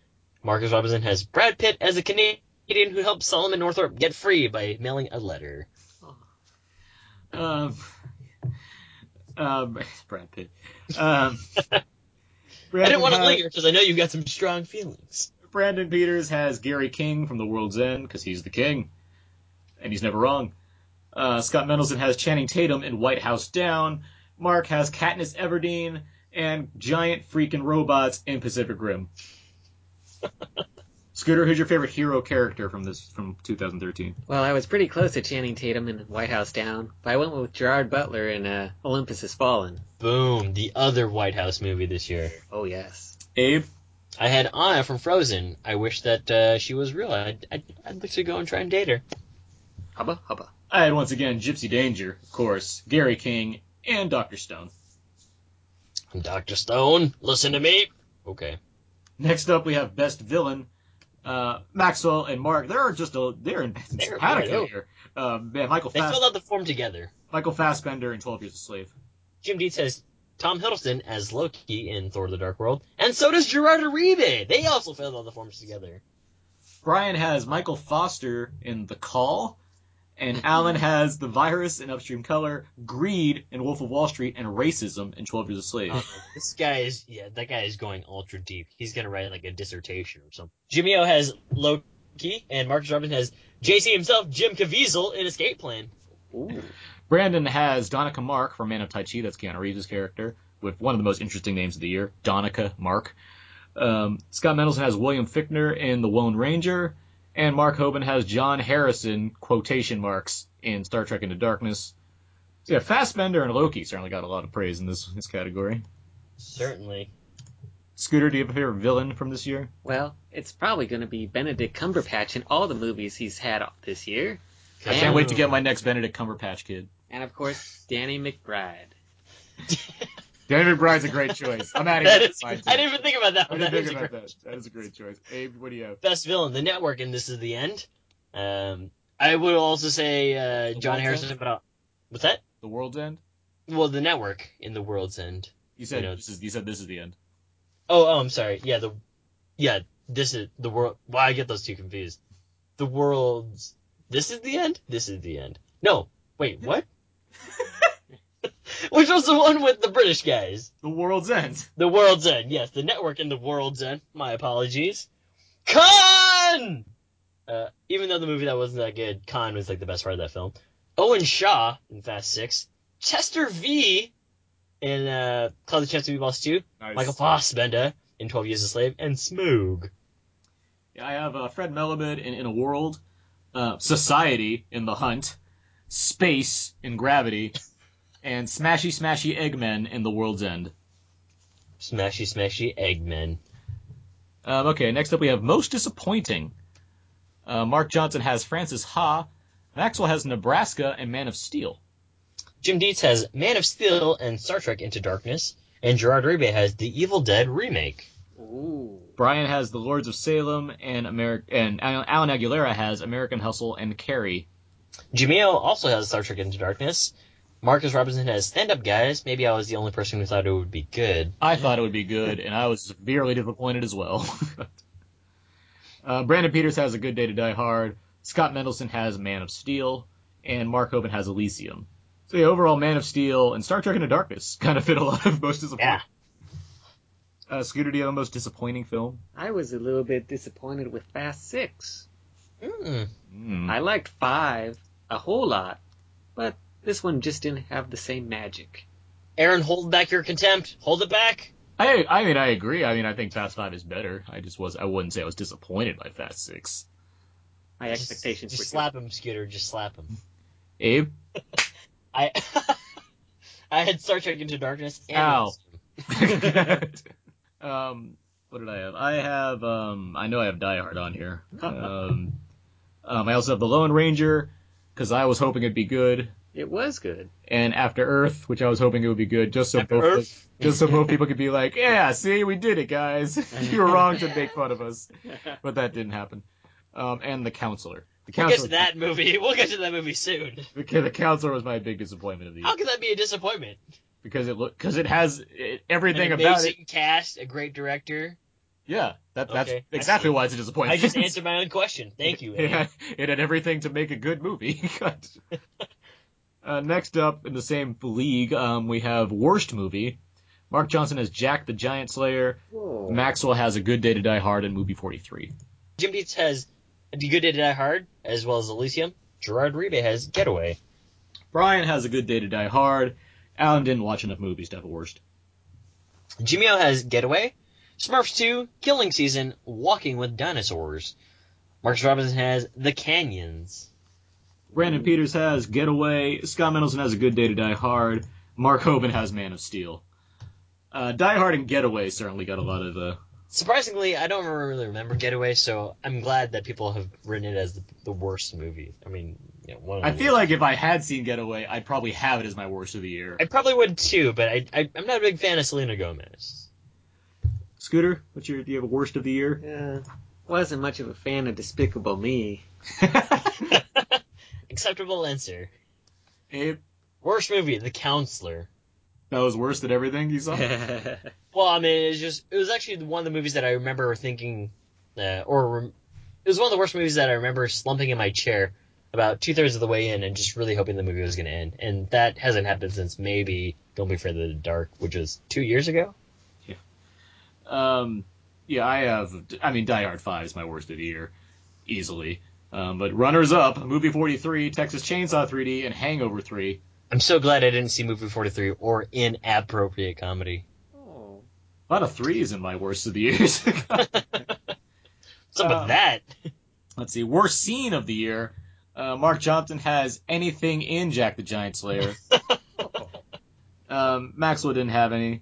[SPEAKER 9] Marcus Robinson has Brad Pitt as a Canadian who helped Solomon Northrop get free by mailing a letter.
[SPEAKER 4] um, um, Brad Pitt. Um, Brandon
[SPEAKER 9] I didn't want to
[SPEAKER 4] has-
[SPEAKER 9] linger because I know you've got some strong feelings.
[SPEAKER 4] Brandon Peters has Gary King from The World's End because he's the king, and he's never wrong. Uh, Scott Mendelson has Channing Tatum in White House Down. Mark has Katniss Everdeen and giant freaking robots in Pacific Rim. Scooter, who's your favorite hero character from this from 2013?
[SPEAKER 10] Well, I was pretty close to Channing Tatum in White House Down, but I went with Gerard Butler in uh, Olympus Has Fallen.
[SPEAKER 9] Boom, the other White House movie this year.
[SPEAKER 10] Oh, yes.
[SPEAKER 4] Abe,
[SPEAKER 9] I had Anna from Frozen. I wish that uh, she was real. I'd, I'd, I'd like to go and try and date her.
[SPEAKER 10] Hubba, hubba.
[SPEAKER 4] I had once again Gypsy Danger, of course, Gary King, and Doctor Stone.
[SPEAKER 9] I'm Dr. Stone. Listen to me. Okay.
[SPEAKER 4] Next up, we have best villain. Uh, Maxwell and Mark, they're just a they're in
[SPEAKER 9] They're-
[SPEAKER 4] simpatico
[SPEAKER 9] they're-
[SPEAKER 4] here. Uh, man, Michael
[SPEAKER 9] They
[SPEAKER 4] Fast,
[SPEAKER 9] filled out the form together.
[SPEAKER 4] Michael Fassbender in Twelve Years a Slave.
[SPEAKER 9] Jim Deeds has Tom Hiddleston as Loki in Thor: The Dark World, and so does Gerard Uribe. They also filled all the forms together.
[SPEAKER 4] Brian has Michael Foster in The Call, and Alan has the virus in Upstream Color, Greed in Wolf of Wall Street, and Racism in Twelve Years a Slave.
[SPEAKER 9] Uh, this guy is yeah, that guy is going ultra deep. He's gonna write like a dissertation or something. Jimmy O has Loki, and Marcus Robinson has JC himself, Jim Caviezel, in Escape Plan.
[SPEAKER 10] Ooh.
[SPEAKER 4] Brandon has Donica Mark from Man of Tai Chi. That's Keanu Reeves' character with one of the most interesting names of the year, Donica Mark. Um, Scott Mendelson has William Fickner in The Lone Ranger, and Mark Hoban has John Harrison quotation marks in Star Trek Into Darkness. So yeah, Fassbender and Loki certainly got a lot of praise in this this category.
[SPEAKER 9] Certainly.
[SPEAKER 4] Scooter, do you have a favorite villain from this year?
[SPEAKER 10] Well, it's probably going to be Benedict Cumberbatch in all the movies he's had this year.
[SPEAKER 4] I can't wait to get my next Benedict Cumberbatch kid.
[SPEAKER 10] And, of course, Danny McBride.
[SPEAKER 4] David Bride's a great choice. I'm out of here.
[SPEAKER 9] That is, I didn't even think about that
[SPEAKER 4] I
[SPEAKER 9] one.
[SPEAKER 4] didn't
[SPEAKER 9] That is
[SPEAKER 4] think
[SPEAKER 9] a
[SPEAKER 4] about
[SPEAKER 9] great-
[SPEAKER 4] that. That is a great choice. Abe, what do you have?
[SPEAKER 9] best villain, the network, and this is the end. Um, I would also say uh,
[SPEAKER 4] The
[SPEAKER 9] John
[SPEAKER 4] World's
[SPEAKER 9] Harrison,
[SPEAKER 4] End?
[SPEAKER 9] but I'll, what's that?
[SPEAKER 4] The World's End.
[SPEAKER 9] Well, the network in the world's end.
[SPEAKER 4] You said
[SPEAKER 9] You know,
[SPEAKER 4] this is you said this is the end.
[SPEAKER 9] Oh, oh, I'm sorry. Yeah, the yeah, this is the world. Why I get those two confused? The world's. This is the end. This is the end. No, wait, what? Which was the one with the British guys?
[SPEAKER 4] The World's End.
[SPEAKER 9] The world's end. Yes, the network in the world's end. My apologies. Khan. Uh, even though the movie that wasn't that good, Khan was like the best part of that film. Owen Shaw in Fast Six. Chester V. In uh, Cloud of Chance to Be Boss Two.
[SPEAKER 4] Nice.
[SPEAKER 9] Michael Fassbender in 12 Years a Slave, and Smoog.
[SPEAKER 4] I have uh, Fred Melamed in In a World, uh, Society in The Hunt, Space in Gravity, and Smashy Smashy Eggmen in The World's End.
[SPEAKER 9] Smashy, smashy Eggman.
[SPEAKER 4] Um, okay, next up we have Most Disappointing. Uh, Mark Johnson has Francis Ha, Maxwell has Nebraska and Man of Steel.
[SPEAKER 9] Jim Dietz has Man of Steel and Star Trek Into Darkness, and Gerard Ribe has The Evil Dead remake.
[SPEAKER 10] Ooh.
[SPEAKER 4] Brian has The Lords of Salem, and Ameri- and Al- Alan Aguilera has American Hustle and Carrie.
[SPEAKER 9] Jimeo also has Star Trek Into Darkness. Marcus Robinson has Stand Up Guys. Maybe I was the only person who thought it would be good.
[SPEAKER 4] I thought it would be good, and I was severely disappointed as well. uh, Brandon Peters has A Good Day to Die Hard. Scott Mendelson has Man of Steel, and Mark Hoban has Elysium. So yeah, overall, Man of Steel and Star Trek Into Darkness kind of fit a lot of most disappointing.
[SPEAKER 9] Yeah.
[SPEAKER 4] Uh, Scooter, do you have a most disappointing film?
[SPEAKER 10] I was a little bit disappointed with Fast Six.
[SPEAKER 9] Mm.
[SPEAKER 10] I liked five a whole lot, but this one just didn't have the same magic.
[SPEAKER 9] Aaron, hold back your contempt. Hold it back.
[SPEAKER 4] I I mean I agree. I mean I think Fast Five is better. I just was I wouldn't say I was disappointed by Fast Six.
[SPEAKER 10] My
[SPEAKER 9] Just-
[SPEAKER 10] expectations
[SPEAKER 9] Just,
[SPEAKER 10] were
[SPEAKER 9] slap him, Scooter. Just slap him.
[SPEAKER 4] Abe,
[SPEAKER 9] I I had Star Trek Into Darkness. And
[SPEAKER 4] Ow. um, what did I have? I have um, I know I have Die Hard on here. Um, um, I also have The Lone Ranger because I was hoping it'd be good,
[SPEAKER 10] It was good.
[SPEAKER 4] and After Earth, which I was hoping it would be good, just so
[SPEAKER 9] After
[SPEAKER 4] both of-
[SPEAKER 9] Earth?
[SPEAKER 4] just so both people could be like, yeah, see, we did it, guys. you were wrong to make fun of us, but that didn't happen. Um, and The Counselor. The
[SPEAKER 9] We'll get
[SPEAKER 4] Counselor.
[SPEAKER 9] to that movie. We'll get to that movie soon.
[SPEAKER 4] The, the Counselor was my big disappointment of the year
[SPEAKER 9] How could that be a disappointment?
[SPEAKER 4] because it look because it has it,
[SPEAKER 9] An
[SPEAKER 4] everything about it.
[SPEAKER 9] amazing cast, a great director.
[SPEAKER 4] Yeah, that, that's
[SPEAKER 9] Okay, I
[SPEAKER 4] exactly
[SPEAKER 9] see.
[SPEAKER 4] why it's a disappointment.
[SPEAKER 9] I just answered my own question. Thank you. Aaron.
[SPEAKER 4] Yeah, it had everything to make a good movie. God. uh, next up in the same league, um, we have worst movie. Mark Johnson has Jack the Giant Slayer.
[SPEAKER 10] Whoa.
[SPEAKER 4] Maxwell has A Good Day to Die Hard in movie 43.
[SPEAKER 9] Jim Dietz has The Good Day to Die Hard, as well as Elysium. Gerard Ribe has Getaway.
[SPEAKER 4] Brian has A Good Day to Die Hard. Alan didn't watch enough movies to have a worst.
[SPEAKER 9] Jimmy O has Getaway. Smurfs 2, Killing Season, Walking with Dinosaurs. Marcus Robinson has The Canyons.
[SPEAKER 4] Brandon Peters has Getaway. Scott Mendelson has A Good Day to Die Hard. Mark Hoban has Man of Steel. Uh, Die Hard and Getaway certainly got a lot of uh,
[SPEAKER 9] Surprisingly, I don't really remember Getaway, so I'm glad that people have written it as the, the worst movie. I mean, you know, one of the
[SPEAKER 4] I
[SPEAKER 9] worst.
[SPEAKER 4] feel like if I had seen Getaway, I'd probably have it as my worst of the year.
[SPEAKER 9] I probably would too, but I, I, I'm not a big fan of Selena Gomez.
[SPEAKER 4] Scooter, what's your do you have a worst of the year?
[SPEAKER 10] Uh, wasn't much of a fan of Despicable Me.
[SPEAKER 9] Acceptable answer.
[SPEAKER 4] Abe,
[SPEAKER 9] Worst movie, The Counselor.
[SPEAKER 4] that was worse than everything you saw.
[SPEAKER 9] Well, I mean, it's just it was actually one of the movies that I remember thinking, uh, or rem- it was one of the worst movies that I remember slumping in my chair about two thirds of the way in and just really hoping the movie was going to end, and that hasn't happened since maybe Don't Be Afraid of the Dark, which was two years ago.
[SPEAKER 4] um, yeah, I have. I mean, Die Hard Five is my worst of the year, easily. Um, but runners up, movie 43, Texas Chainsaw 3D, and Hangover 3.
[SPEAKER 9] I'm so glad I didn't see movie 43 or inappropriate comedy.
[SPEAKER 10] oh.
[SPEAKER 4] A lot of threes in my worst of the years.
[SPEAKER 9] What's up
[SPEAKER 4] Um,
[SPEAKER 9] with that?
[SPEAKER 4] Let's see, worst scene of the year. Uh, Mark Johnson has anything in Jack the Giant Slayer. um, Maxwell didn't have any.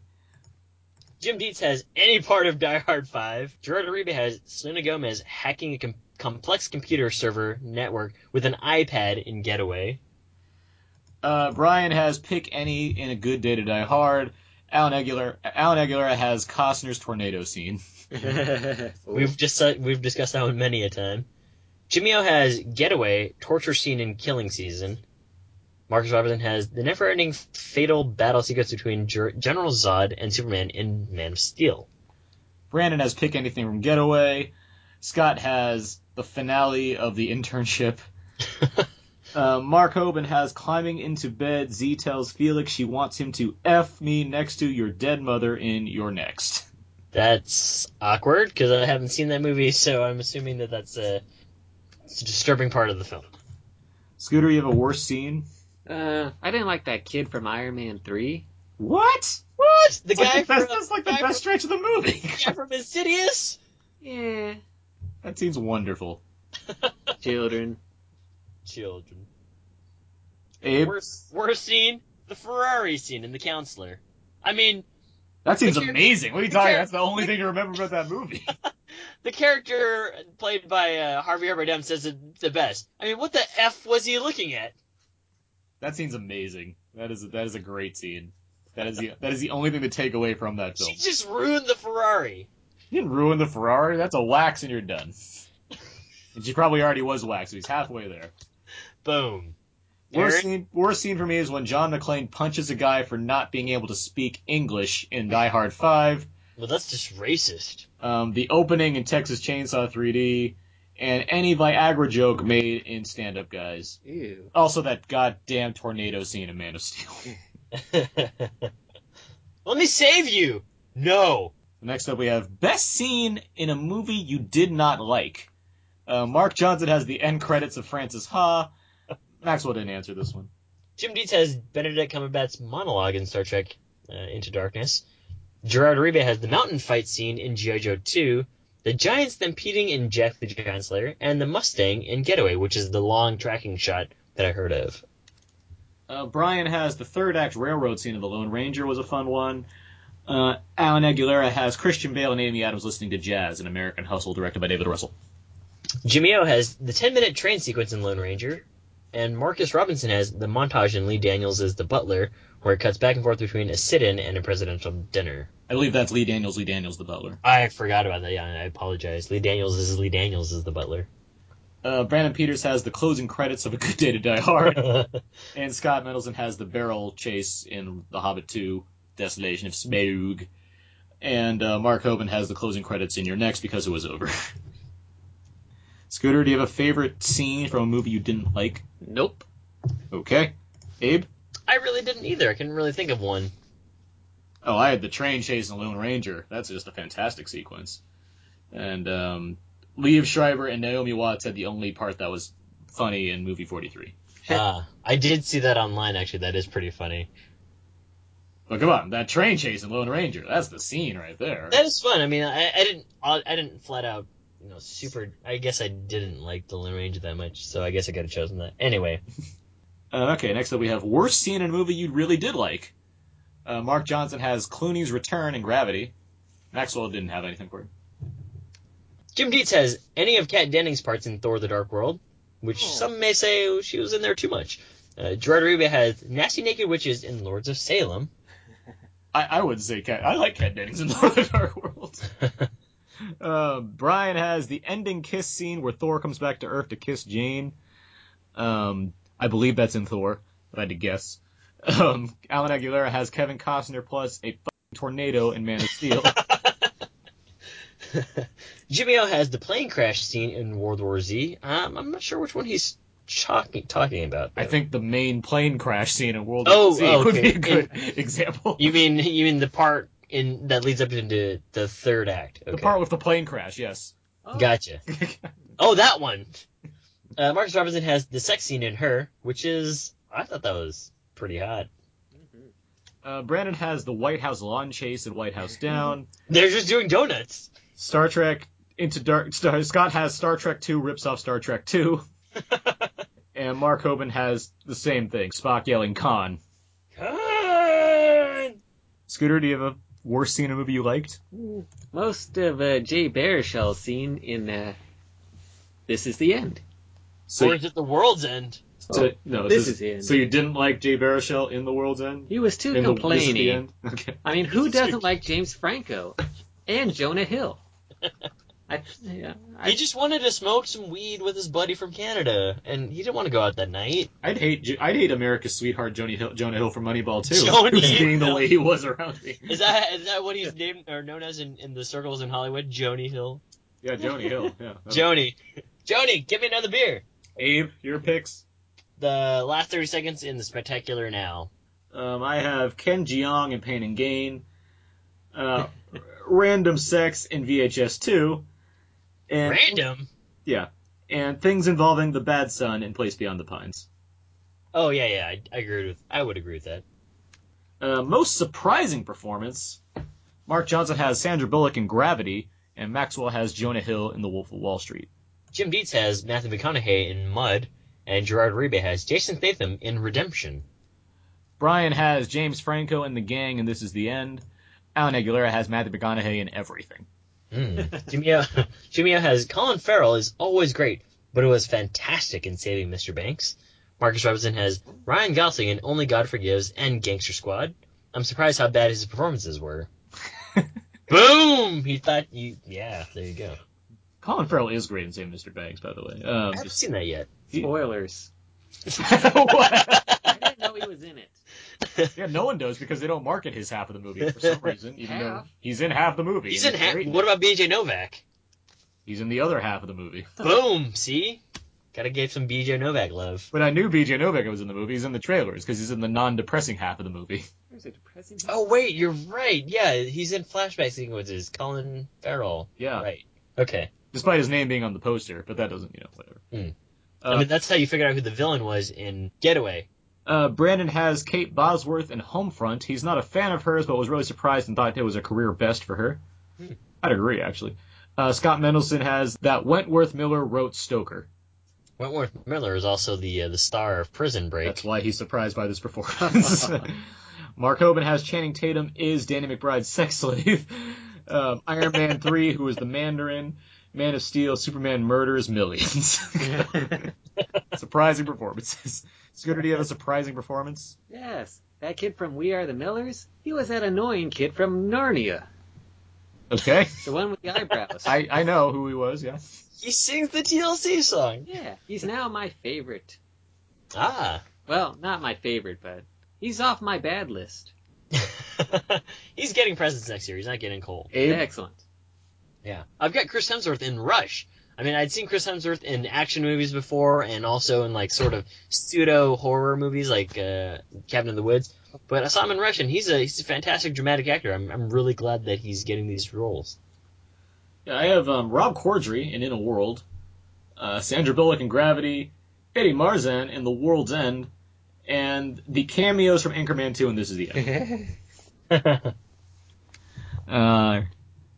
[SPEAKER 9] Jim Dietz has any part of Die Hard 5. Gerard Ariba has Selena Gomez hacking a com- complex computer server network with an iPad in Getaway.
[SPEAKER 4] Uh, Brian has pick any in a good day to die hard. Alan Aguilar Alan Aguilera has Costner's tornado scene.
[SPEAKER 9] We've just uh, we've discussed that one many a time. Jimmy O has Getaway, torture scene in Killing Season. Marcus Robinson has the never-ending fatal battle sequence between Ger- General Zod and Superman in Man of Steel.
[SPEAKER 4] Brandon has pick anything from Getaway. Scott has the finale of the internship. uh, Mark Hoban has climbing into bed. Z tells Felix she wants him to f me next to your dead mother in your next.
[SPEAKER 9] That's awkward because I haven't seen that movie, so I'm assuming that that's a, it's a disturbing part of the film.
[SPEAKER 4] Scooter, you have a worse scene.
[SPEAKER 10] Uh, I didn't like that kid from Iron Man 3.
[SPEAKER 4] What?
[SPEAKER 9] What? The
[SPEAKER 4] It's like
[SPEAKER 9] guy
[SPEAKER 4] the best-
[SPEAKER 9] from,
[SPEAKER 4] that's like the
[SPEAKER 9] guy
[SPEAKER 4] best stretch of the movie.
[SPEAKER 9] From, guy from Insidious.
[SPEAKER 10] Yeah.
[SPEAKER 4] that seems wonderful.
[SPEAKER 10] Children.
[SPEAKER 9] Children.
[SPEAKER 4] Abe,
[SPEAKER 9] Worst, worst scene: the Ferrari scene in The Counselor. I mean,
[SPEAKER 4] that seems
[SPEAKER 9] Picture-
[SPEAKER 4] amazing. What are you talking?
[SPEAKER 9] picture-
[SPEAKER 4] That's the only thing you remember about that movie.
[SPEAKER 9] the character played by uh, Harvey Arbidem says it the best. I mean, what the f was he looking at?
[SPEAKER 4] That seems amazing. That is that is a great scene. That is the that is the only thing to take away from that film.
[SPEAKER 9] She just ruined the Ferrari.
[SPEAKER 4] You didn't ruin the Ferrari. That's a wax, and you're done. And she probably already was waxed. So he's halfway there.
[SPEAKER 9] Boom. Aaron?
[SPEAKER 4] Worst scene, worst scene for me is when John McClane punches a guy for not being able to speak English in Die Hard Five.
[SPEAKER 9] Well, that's just racist.
[SPEAKER 4] um, the opening in Texas Chainsaw 3D, and any Viagra joke made in Stand Up Guys.
[SPEAKER 10] Ew.
[SPEAKER 4] Also, that goddamn tornado scene in Man of Steel.
[SPEAKER 9] Let me save you. No.
[SPEAKER 4] Next up, we have best scene in a movie you did not like. Uh, Mark Johnson has the end credits of Francis Ha. Maxwell didn't answer this one.
[SPEAKER 9] Jim Deeds has Benedict Cumberbatch's monologue in Star Trek uh, Into Darkness. Gerard Uribe has the mountain fight scene in G.I. Joe 2, the Giants stampeding in Jack the Giant Slayer, and the Mustang in Getaway, which is the long tracking shot that I heard of.
[SPEAKER 4] Uh, Brian has the third act railroad scene of The Lone Ranger was a fun one. Uh, Alan Aguilera has Christian Bale and Amy Adams listening to jazz in American Hustle, directed by David Russell.
[SPEAKER 9] Jimmy O has the 10 minute train sequence in Lone Ranger, and Marcus Robinson has the montage in Lee Daniels as the butler, where it cuts back and forth between a sit in and a presidential dinner.
[SPEAKER 4] I believe that's Lee Daniels. Lee Daniels, the butler.
[SPEAKER 9] I forgot about that, yeah, I apologize. Lee Daniels is Lee Daniels is the butler.
[SPEAKER 4] Uh, Brandon Peters has the closing credits of A Good Day to Die Hard, and Scott Mendelson has the barrel chase in The Hobbit 2, Desolation of Smaug, and uh, Mark Hoban has the closing credits in Your Next because it was over. Scooter, do you have a favorite scene from a movie you didn't like?
[SPEAKER 10] Nope.
[SPEAKER 4] Okay. Abe?
[SPEAKER 9] I really didn't either. I couldn't really think of one.
[SPEAKER 4] Oh, I had the train chase in Lone Ranger. That's just a fantastic sequence. And um, Liev Schreiber and Naomi Watts had the only part that was funny in movie 43.
[SPEAKER 9] Ah, I did see that online actually. That is pretty funny.
[SPEAKER 4] But come on, that train chase in Lone Ranger, that's the scene right there.
[SPEAKER 9] That is fun. I mean, I, I didn't I, I didn't flat out you know super. I guess I didn't like the Lone Ranger that much, so I guess I could have chosen that anyway.
[SPEAKER 4] Uh, okay, next up we have worst scene in a movie you really did like. Uh, Mark Johnson has Clooney's return in Gravity. Maxwell didn't have anything for it.
[SPEAKER 9] Jim Dietz has any of Kat Dennings' parts in Thor: The Dark World, which
[SPEAKER 10] Oh.
[SPEAKER 9] some may say she was in there too much. Uh, Gerard Uribe has nasty naked witches in Lords of Salem.
[SPEAKER 4] I, I would say Cat. I like Cat Dennings in Lord of the Dark World. uh, Brian has the ending kiss scene where Thor comes back to Earth to kiss Jane. Um, I believe that's in Thor, if I had to guess. Um, Alan Aguilera has Kevin Costner plus a fucking tornado in Man of Steel.
[SPEAKER 9] Jimmy O has the plane crash scene in World War Z. Um, I'm not sure which one he's talking talking about.
[SPEAKER 4] I
[SPEAKER 9] though.
[SPEAKER 4] think the main plane crash scene in World
[SPEAKER 9] Oh,
[SPEAKER 4] War Z
[SPEAKER 9] oh,
[SPEAKER 4] would be
[SPEAKER 9] okay.
[SPEAKER 4] a good example.
[SPEAKER 9] You mean you mean the part in that leads up into the third act?
[SPEAKER 4] The
[SPEAKER 9] Okay.
[SPEAKER 4] part with the plane crash, yes.
[SPEAKER 9] Gotcha. Oh, that one. Uh, Marcus Robinson has the sex scene in her, which is I thought that was pretty hot.
[SPEAKER 4] Uh, Brandon has the White House lawn chase in White
[SPEAKER 9] Mm-hmm.
[SPEAKER 4] House Down.
[SPEAKER 9] They're just doing donuts.
[SPEAKER 4] Star Trek Into Dark. Star, Scott has Star Trek 2 rips off Star Trek 2. and Mark Hoban has the same thing Spock yelling con.
[SPEAKER 9] Con!
[SPEAKER 4] Scooter, do you have a worst scene in a movie you liked?
[SPEAKER 10] Most of uh, Jay Baruchel scene in uh, This Is the End.
[SPEAKER 9] or is it the world's end?
[SPEAKER 4] so- no,
[SPEAKER 10] this
[SPEAKER 4] so-
[SPEAKER 10] is the end.
[SPEAKER 4] So you didn't like Jay Baruchel in The World's End?
[SPEAKER 10] He was too
[SPEAKER 4] In the- this is
[SPEAKER 10] complaining.
[SPEAKER 4] the end? Okay.
[SPEAKER 10] I mean, who doesn't like James Franco and Jonah Hill? I, yeah, I,
[SPEAKER 9] He just wanted to smoke some weed with his buddy from Canada, and he didn't want to go out that night.
[SPEAKER 4] I'd hate J- I'd hate America's sweetheart Joni Hill, Jonah Hill from Moneyball too.
[SPEAKER 9] Jonah
[SPEAKER 4] who's being the
[SPEAKER 9] Hill.
[SPEAKER 4] way he was around me.
[SPEAKER 9] Is that is that what he's named or known as in, in the circles in Hollywood? Joni Hill.
[SPEAKER 4] Yeah, Joni Hill. Yeah.
[SPEAKER 9] Joni. Joni, give me another beer.
[SPEAKER 4] Abe, your picks.
[SPEAKER 9] The last thirty seconds in the spectacular now.
[SPEAKER 4] Um, I have Ken Jeong in Pain and Gain, uh, Random Sex in VHS 2, and
[SPEAKER 9] Random.
[SPEAKER 4] yeah, and things involving the Bad Son in Place Beyond the Pines.
[SPEAKER 9] Oh yeah, yeah. I, I agree with. I would agree with that.
[SPEAKER 4] Uh, most surprising performance. Mark Johnson has Sandra Bullock in Gravity, and Maxwell has Jonah Hill in The Wolf of Wall Street.
[SPEAKER 9] Jim Dietz has Matthew McConaughey in Mud, and Gerard Uribe has Jason Statham in Redemption.
[SPEAKER 4] Brian has James Franco in The Gang, and This Is the End. Alan Aguilera has Matthew McConaughey in Everything.
[SPEAKER 9] Hmm. Jimmy O- Jimmy O has Colin Farrell is always great, but it was fantastic in Saving Mr. Banks. Marcus Robinson has Ryan Gosling in Only God Forgives and Gangster Squad. I'm surprised how bad his performances were. Boom! He thought you. Yeah, there you go.
[SPEAKER 4] Colin Farrell is great in Save Mr. Banks, by the way. Um,
[SPEAKER 9] I haven't seen that yet.
[SPEAKER 10] Spoilers. I
[SPEAKER 4] What?
[SPEAKER 10] didn't know he was in it.
[SPEAKER 4] yeah, no one does because they don't market his half of the movie for some reason, even though
[SPEAKER 10] Half?
[SPEAKER 4] he's in half the movie.
[SPEAKER 9] He's
[SPEAKER 4] and
[SPEAKER 9] in ha-
[SPEAKER 4] great.
[SPEAKER 9] What about BJ Novak?
[SPEAKER 4] He's in the other half of the movie.
[SPEAKER 9] Boom! See? Gotta give some BJ Novak love.
[SPEAKER 4] When I knew BJ Novak was in the movie, he's in the trailers because he's in the non-depressing half of the movie.
[SPEAKER 10] There's a depressing.
[SPEAKER 9] Oh wait, you're right. Yeah, he's in flashback sequences. Colin Farrell.
[SPEAKER 4] Yeah,
[SPEAKER 9] Right. Okay.
[SPEAKER 4] despite his name being on the poster, but that doesn't, you know, whatever.
[SPEAKER 9] Hmm.
[SPEAKER 4] Uh,
[SPEAKER 9] I mean, that's how you figured out who the villain was in Getaway.
[SPEAKER 4] Uh, Brandon has Kate Bosworth in Homefront. He's not a fan of hers, but was really surprised and thought it was a career best for her.
[SPEAKER 9] Hmm.
[SPEAKER 4] I'd agree, actually. Uh, Scott Mendelson has that Wentworth Miller wrote Stoker.
[SPEAKER 9] Wentworth Miller is also the uh, the star of Prison Break.
[SPEAKER 4] That's why he's surprised by this performance. Mark Hoban has Channing Tatum is Danny McBride's sex slave. Um, Iron Man 3, who is the Mandarin. Man of Steel, Superman murders millions. surprising performances. Scooter, do you have a surprising performance?
[SPEAKER 10] Yes, that kid from We Are the Millers. He was that annoying kid from Narnia,
[SPEAKER 4] Okay.
[SPEAKER 10] the one with the eyebrows.
[SPEAKER 4] I, I know who he was, yeah.
[SPEAKER 9] He sings the TLC song.
[SPEAKER 10] Yeah, he's now my favorite.
[SPEAKER 9] Ah.
[SPEAKER 10] Well, not my favorite, but he's off my bad list.
[SPEAKER 9] he's getting presents next year. He's not getting coal.
[SPEAKER 4] Abe?
[SPEAKER 10] Excellent.
[SPEAKER 9] Yeah. I've got Chris Hemsworth in Rush. I mean, I'd seen Chris Hemsworth in action movies before and also in like sort of pseudo horror movies like uh, Cabin in the Woods. But I saw him in Rush and he's a he's a fantastic dramatic actor. I'm I'm really glad that he's getting these roles.
[SPEAKER 4] Yeah, I have um, Rob Corddry in In a World, uh, Sandra Bullock in Gravity, Eddie Marzan in The World's End, and the cameos from Anchorman 2 and This Is the End. uh,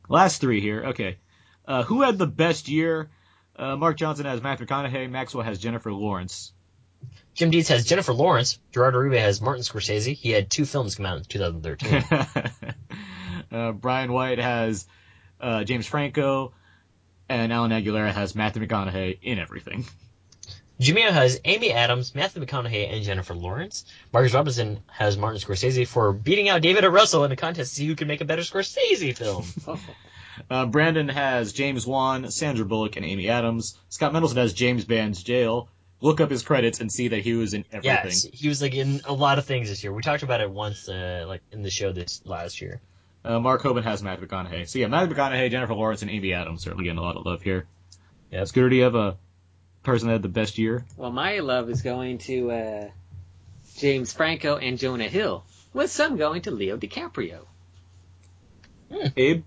[SPEAKER 4] last three here. Okay. Uh, who had the best year? Uh, Mark Johnson has Matthew McConaughey. Maxwell has Jennifer Lawrence.
[SPEAKER 9] Jim Deeds has Jennifer Lawrence. Gerard Uribe has Martin Scorsese. He had two films come out in
[SPEAKER 4] Hmm.
[SPEAKER 9] 2013.
[SPEAKER 4] uh, Brian White has uh, James Franco, and Alan Aguilera has Matthew McConaughey in everything.
[SPEAKER 9] Jimeo has Amy Adams, Matthew McConaughey, and Jennifer Lawrence. Marcus Robinson has Martin Scorsese for beating out David O. Russell in a contest to see who can make a better Scorsese film.
[SPEAKER 4] Uh, Brandon has James Wan, Sandra Bullock, and Amy Adams. Scott Mendelson has James Band's Jail. Look up his credits and see that he was in everything.
[SPEAKER 9] Yes, he was like in a lot of things this year. We talked about it once, uh, like in the show this last year.
[SPEAKER 4] Uh, Mark Hoban has Matthew McConaughey. So yeah, Matthew McConaughey, Jennifer Lawrence, and Amy Adams certainly getting a lot of love here.
[SPEAKER 9] Yep.
[SPEAKER 4] Scooter, do you have a person that had the best year?
[SPEAKER 10] Well, my love is going to uh, James Franco and Jonah Hill, with some going to Leo DiCaprio.
[SPEAKER 4] Abe?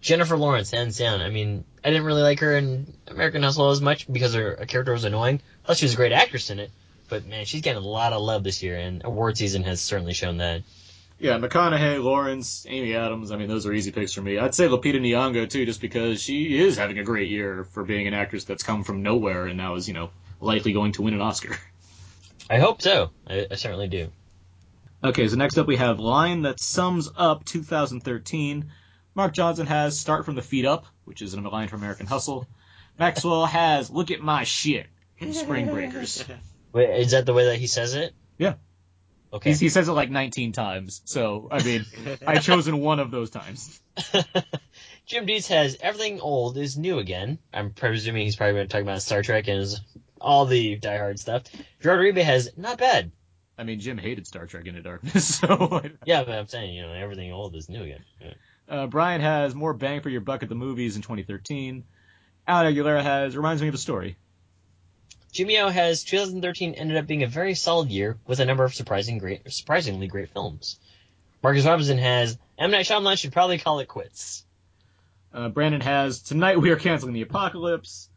[SPEAKER 9] Jennifer Lawrence, hands down. I mean, I didn't really like her in American Hustle as much because her, her character was annoying. Plus, she was a great actress in it. But man, she's getting a lot of love this year, and award season has certainly shown that.
[SPEAKER 4] Yeah, McConaughey, Lawrence, Amy Adams. I mean, those are easy picks for me. I'd say Lupita Nyong'o too, just because she is having a great year for being an actress that's come from nowhere and now is you know likely going to win an Oscar.
[SPEAKER 9] I hope so. I, I certainly do.
[SPEAKER 4] Okay, so next up we have line that sums up 2013. Mark Johnson has start from the feet up, which is a line from American Hustle. Maxwell has look at my shit from Spring Breakers.
[SPEAKER 9] Wait, is that the way that he says it?
[SPEAKER 4] Yeah.
[SPEAKER 9] Okay.
[SPEAKER 4] He's, he says it like 19 times, so I mean, I've chosen one of those times.
[SPEAKER 9] Jim Deeds has everything old is new again. I'm presuming he's probably been talking about Star Trek and his- all the Die Hard stuff. Gerard Uribe has not bad.
[SPEAKER 4] I mean, Jim hated Star Trek Into Darkness, so.
[SPEAKER 9] Yeah, but I'm saying you know everything old is new again. Yeah.
[SPEAKER 4] Uh, Brian has more bang for your buck at the movies in 2013. Alan Aguilera has reminds me of a story.
[SPEAKER 9] Jimmy O has 2013 ended up being a very solid year with a number of surprising great, surprisingly great films. Marcus Robinson has M Night Shyamalan should probably call it quits.
[SPEAKER 4] Uh, Brandon has tonight we are canceling the apocalypse.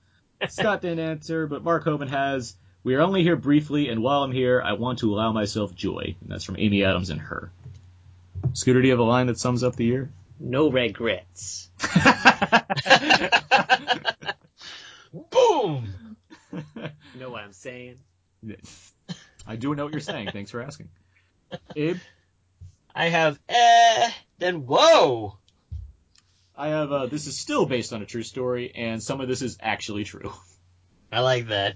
[SPEAKER 4] Scott didn't answer, but Mark Hoban has we are only here briefly, and while I'm here, I want to allow myself joy. And that's from Amy Adams and her. Scooter, do you have a line that sums up the year?
[SPEAKER 10] No regrets.
[SPEAKER 9] Boom.
[SPEAKER 10] You know what I'm saying?
[SPEAKER 4] I do know what you're saying. Thanks for asking. Abe,
[SPEAKER 9] I have eh. Then whoa.
[SPEAKER 4] I have uh, this is still based on a true story, and some of this is actually true.
[SPEAKER 9] I like that.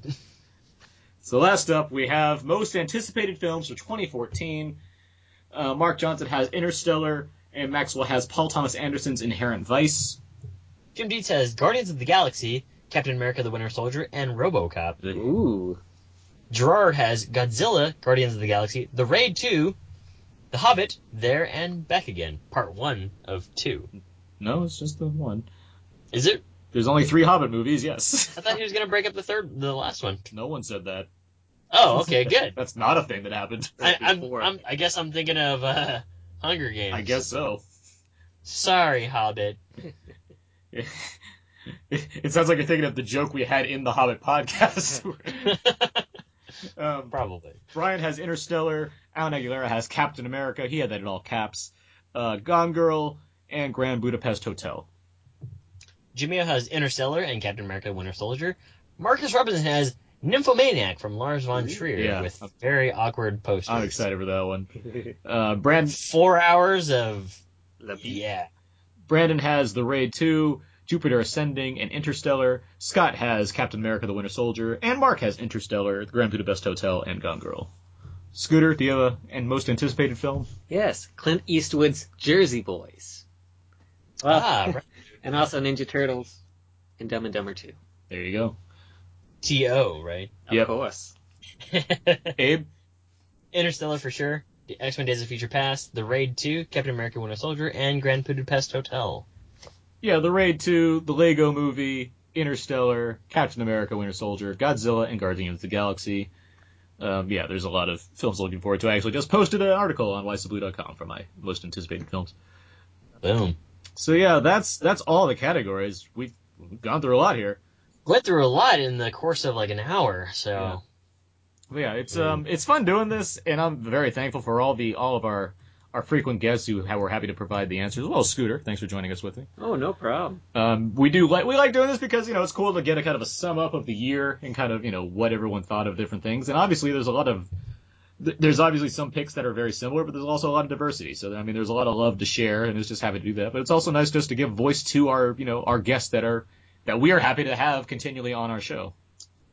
[SPEAKER 4] So last up, we have most anticipated films for 2014. Uh, Mark Johnson has Interstellar, and Maxwell has Paul Thomas Anderson's Inherent Vice.
[SPEAKER 9] Jim Deeds has Guardians of the Galaxy, Captain America the Winter Soldier, and Robocop.
[SPEAKER 10] Ooh.
[SPEAKER 9] Gerard has Godzilla, Guardians of the Galaxy, The Raid 2, The Hobbit, There and Back Again, Part 1 of 2.
[SPEAKER 4] No, it's just the one.
[SPEAKER 9] Is it?
[SPEAKER 4] There's only three Hobbit movies, yes.
[SPEAKER 9] I thought he was going to break up the third, the last one.
[SPEAKER 4] No one said that.
[SPEAKER 9] Oh, okay, good.
[SPEAKER 4] That's not a thing that happened.
[SPEAKER 9] I, I'm,
[SPEAKER 10] Before.
[SPEAKER 9] I'm, I guess I'm thinking of uh, Hunger Games.
[SPEAKER 4] I guess so.
[SPEAKER 9] Sorry, Hobbit.
[SPEAKER 4] It, it sounds like you're thinking of the joke we had in the Hobbit podcast. um,
[SPEAKER 9] Probably.
[SPEAKER 4] Brian has Interstellar. Alan Aguilera has Captain America. He had that in all caps. Uh, Gone Girl and Grand Budapest Hotel.
[SPEAKER 9] Jimeo has Interstellar and Captain America Winter Soldier. Marcus Robinson has Nymphomaniac from Lars von Trier
[SPEAKER 4] Yeah.
[SPEAKER 9] with very awkward posters.
[SPEAKER 4] I'm excited for that one. Uh, Brand,
[SPEAKER 9] Four hours of
[SPEAKER 10] La vie.
[SPEAKER 9] yeah.
[SPEAKER 4] Brandon has The Raid 2, Jupiter Ascending, and Interstellar. Scott has Captain America the Winter Soldier. And Mark has Interstellar, The Grand Budapest Hotel, and Gone Girl. Scooter, do you have a and most anticipated film?
[SPEAKER 10] Yes, Clint Eastwood's Jersey Boys. Well,
[SPEAKER 9] Ah, right.
[SPEAKER 10] and also Ninja Turtles and Dumb and Dumber 2.
[SPEAKER 4] There you go.
[SPEAKER 9] T.O. Right.
[SPEAKER 10] Of
[SPEAKER 4] Yep.
[SPEAKER 10] course.
[SPEAKER 4] Abe?
[SPEAKER 9] Interstellar for sure. The X Men Days of Future Past, The Raid 2, Captain America Winter Soldier, and Grand Budapest Hotel.
[SPEAKER 4] Yeah, The Raid 2, The Lego Movie, Interstellar, Captain America, Winter Soldier, Godzilla, and Guardians of the Galaxy. Um, yeah, there's a lot of films looking forward to. I actually just posted an article on whysoblue.com for my most anticipated films.
[SPEAKER 9] Boom.
[SPEAKER 4] So yeah, that's that's all the categories. We've we've gone through a lot here.
[SPEAKER 9] Went through a lot in the course of like an hour, so
[SPEAKER 4] Yeah. But yeah, it's um it's fun doing this, and I'm very thankful for all the all of our our frequent guests who ha- were happy to provide the answers. Well, Scooter, thanks for joining us with me.
[SPEAKER 10] Oh, no problem.
[SPEAKER 4] Um, we do like we like doing this because you know it's cool to get a kind of a sum up of the year and kind of you know what everyone thought of different things. And obviously, there's a lot of th- there's obviously some picks that are very similar, but there's also a lot of diversity. So I mean, there's a lot of love to share, and it's just happy to do that. But it's also nice just to give voice to our you know our guests that are that we are happy to have continually on our show.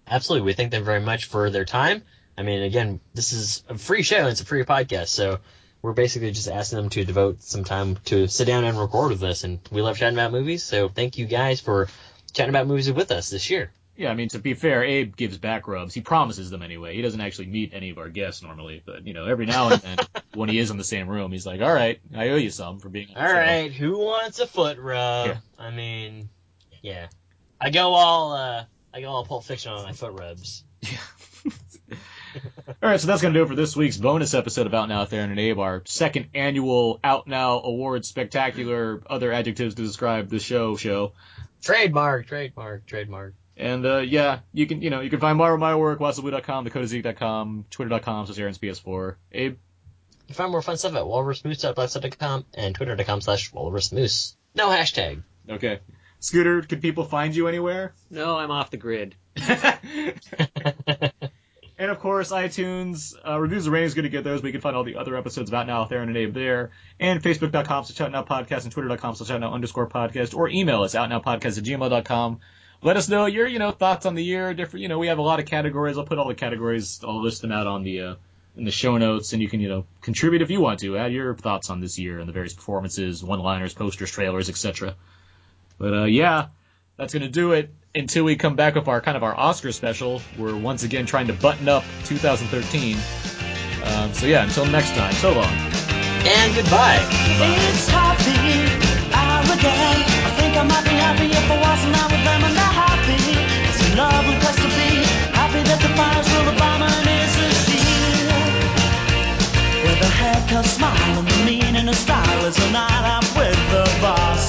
[SPEAKER 9] Absolutely. We thank them very much for their time. I mean, again, this is a free show and it's a free podcast, so we're basically just asking them to devote some time to sit down and record with us. And we love chatting about movies, so thank you guys for chatting about movies with us this year.
[SPEAKER 4] Yeah, I mean to be fair, Abe gives back rubs. He promises them anyway. He doesn't actually meet any of our guests normally, but you know every now and then when he is in the same room, he's like, "All right, I owe you some for being." on the
[SPEAKER 9] All
[SPEAKER 4] show."
[SPEAKER 9] right, who wants a foot rub?
[SPEAKER 4] Yeah.
[SPEAKER 9] I mean, yeah, I go all uh, I go all Pulp Fiction on my foot rubs.
[SPEAKER 4] All right, so that's going to do it for this week's bonus episode of Out Now Out There and an Abe, our second annual Out Now Awards Spectacular, other adjectives to describe the show show.
[SPEAKER 9] Trademark, trademark, trademark.
[SPEAKER 4] And uh, yeah, you can you know you can find more of my work, wasabu.com, thecodazeek.com, twitter.com, slash Aaron's PS4. Abe,
[SPEAKER 9] You can find more fun stuff at walrusmoose.blogspot.com and twitter.com slash walrusmoose. No hashtag.
[SPEAKER 4] okay. Scooter, can people find you anywhere?
[SPEAKER 10] No, I'm off the grid.
[SPEAKER 4] And of course, iTunes, uh, reviews and ratings, good to get those, but you can find all the other episodes about Now, Theron, and Abe there, and facebook.com slash outnow podcast and twitter.com slash outnow underscore podcast, or email us outnowpodcast at gmail.com. Let us know your, you know, thoughts on the year, different, you know, we have a lot of categories. I'll put all the categories, I'll list them out on the, uh, in the show notes, and you can, you know, contribute if you want to. Add your thoughts on this year and the various performances, one-liners, posters, trailers, etc. But, uh, yeah, that's going to do it until we come back with our kind of our Oscar special. We're once again trying to button up 2013. Um, so yeah, until next time, so long.
[SPEAKER 9] And goodbye.
[SPEAKER 8] It's happy hour again. I think I might be happy if I wasn't out with them and they're happy. It's a lovely place to be. Happy that the fire's will the bomber and is a steal. With a haircut, smile, and the meaning of style is a night out with the boss.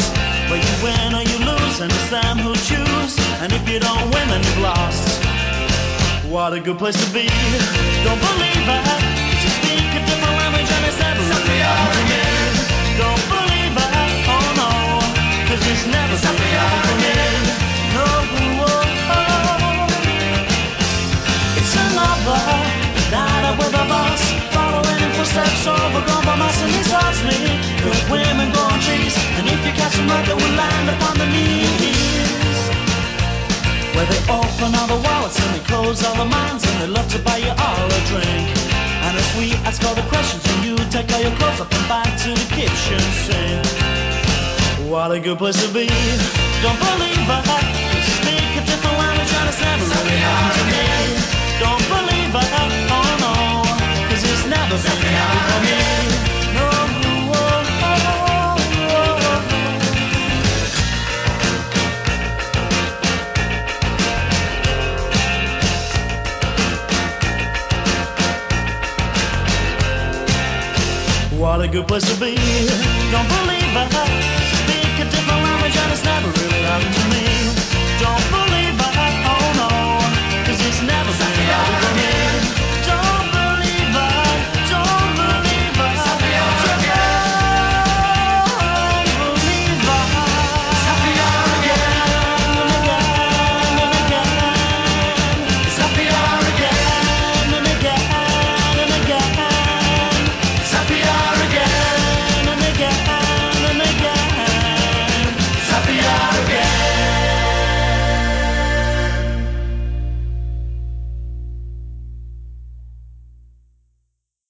[SPEAKER 8] Where you win or you lose, and it's them who choose. And if you don't win, then you've lost. What a good place to be. Don't believe it. 'cause You speak a different language and it's never something out for me. Don't believe it. Oh no. 'cause it's never something out for me. No. oh, oh. It's another night out with a boss. Following in footsteps overgrown by moss and he saws me. Good women grow on trees. And if you catch them right, they will land upon the knees. Where they open all the wallets and they close all the minds and they love to drink. And if we ask all the questions, then you take all your clothes up and back to the kitchen sink. What a good place to be. Don't believe I speak a different language and it's never really happened to me. Don't believe I oh no, cause it's never been happened to me. No, oh, oh, oh, oh. What a good place to be. oh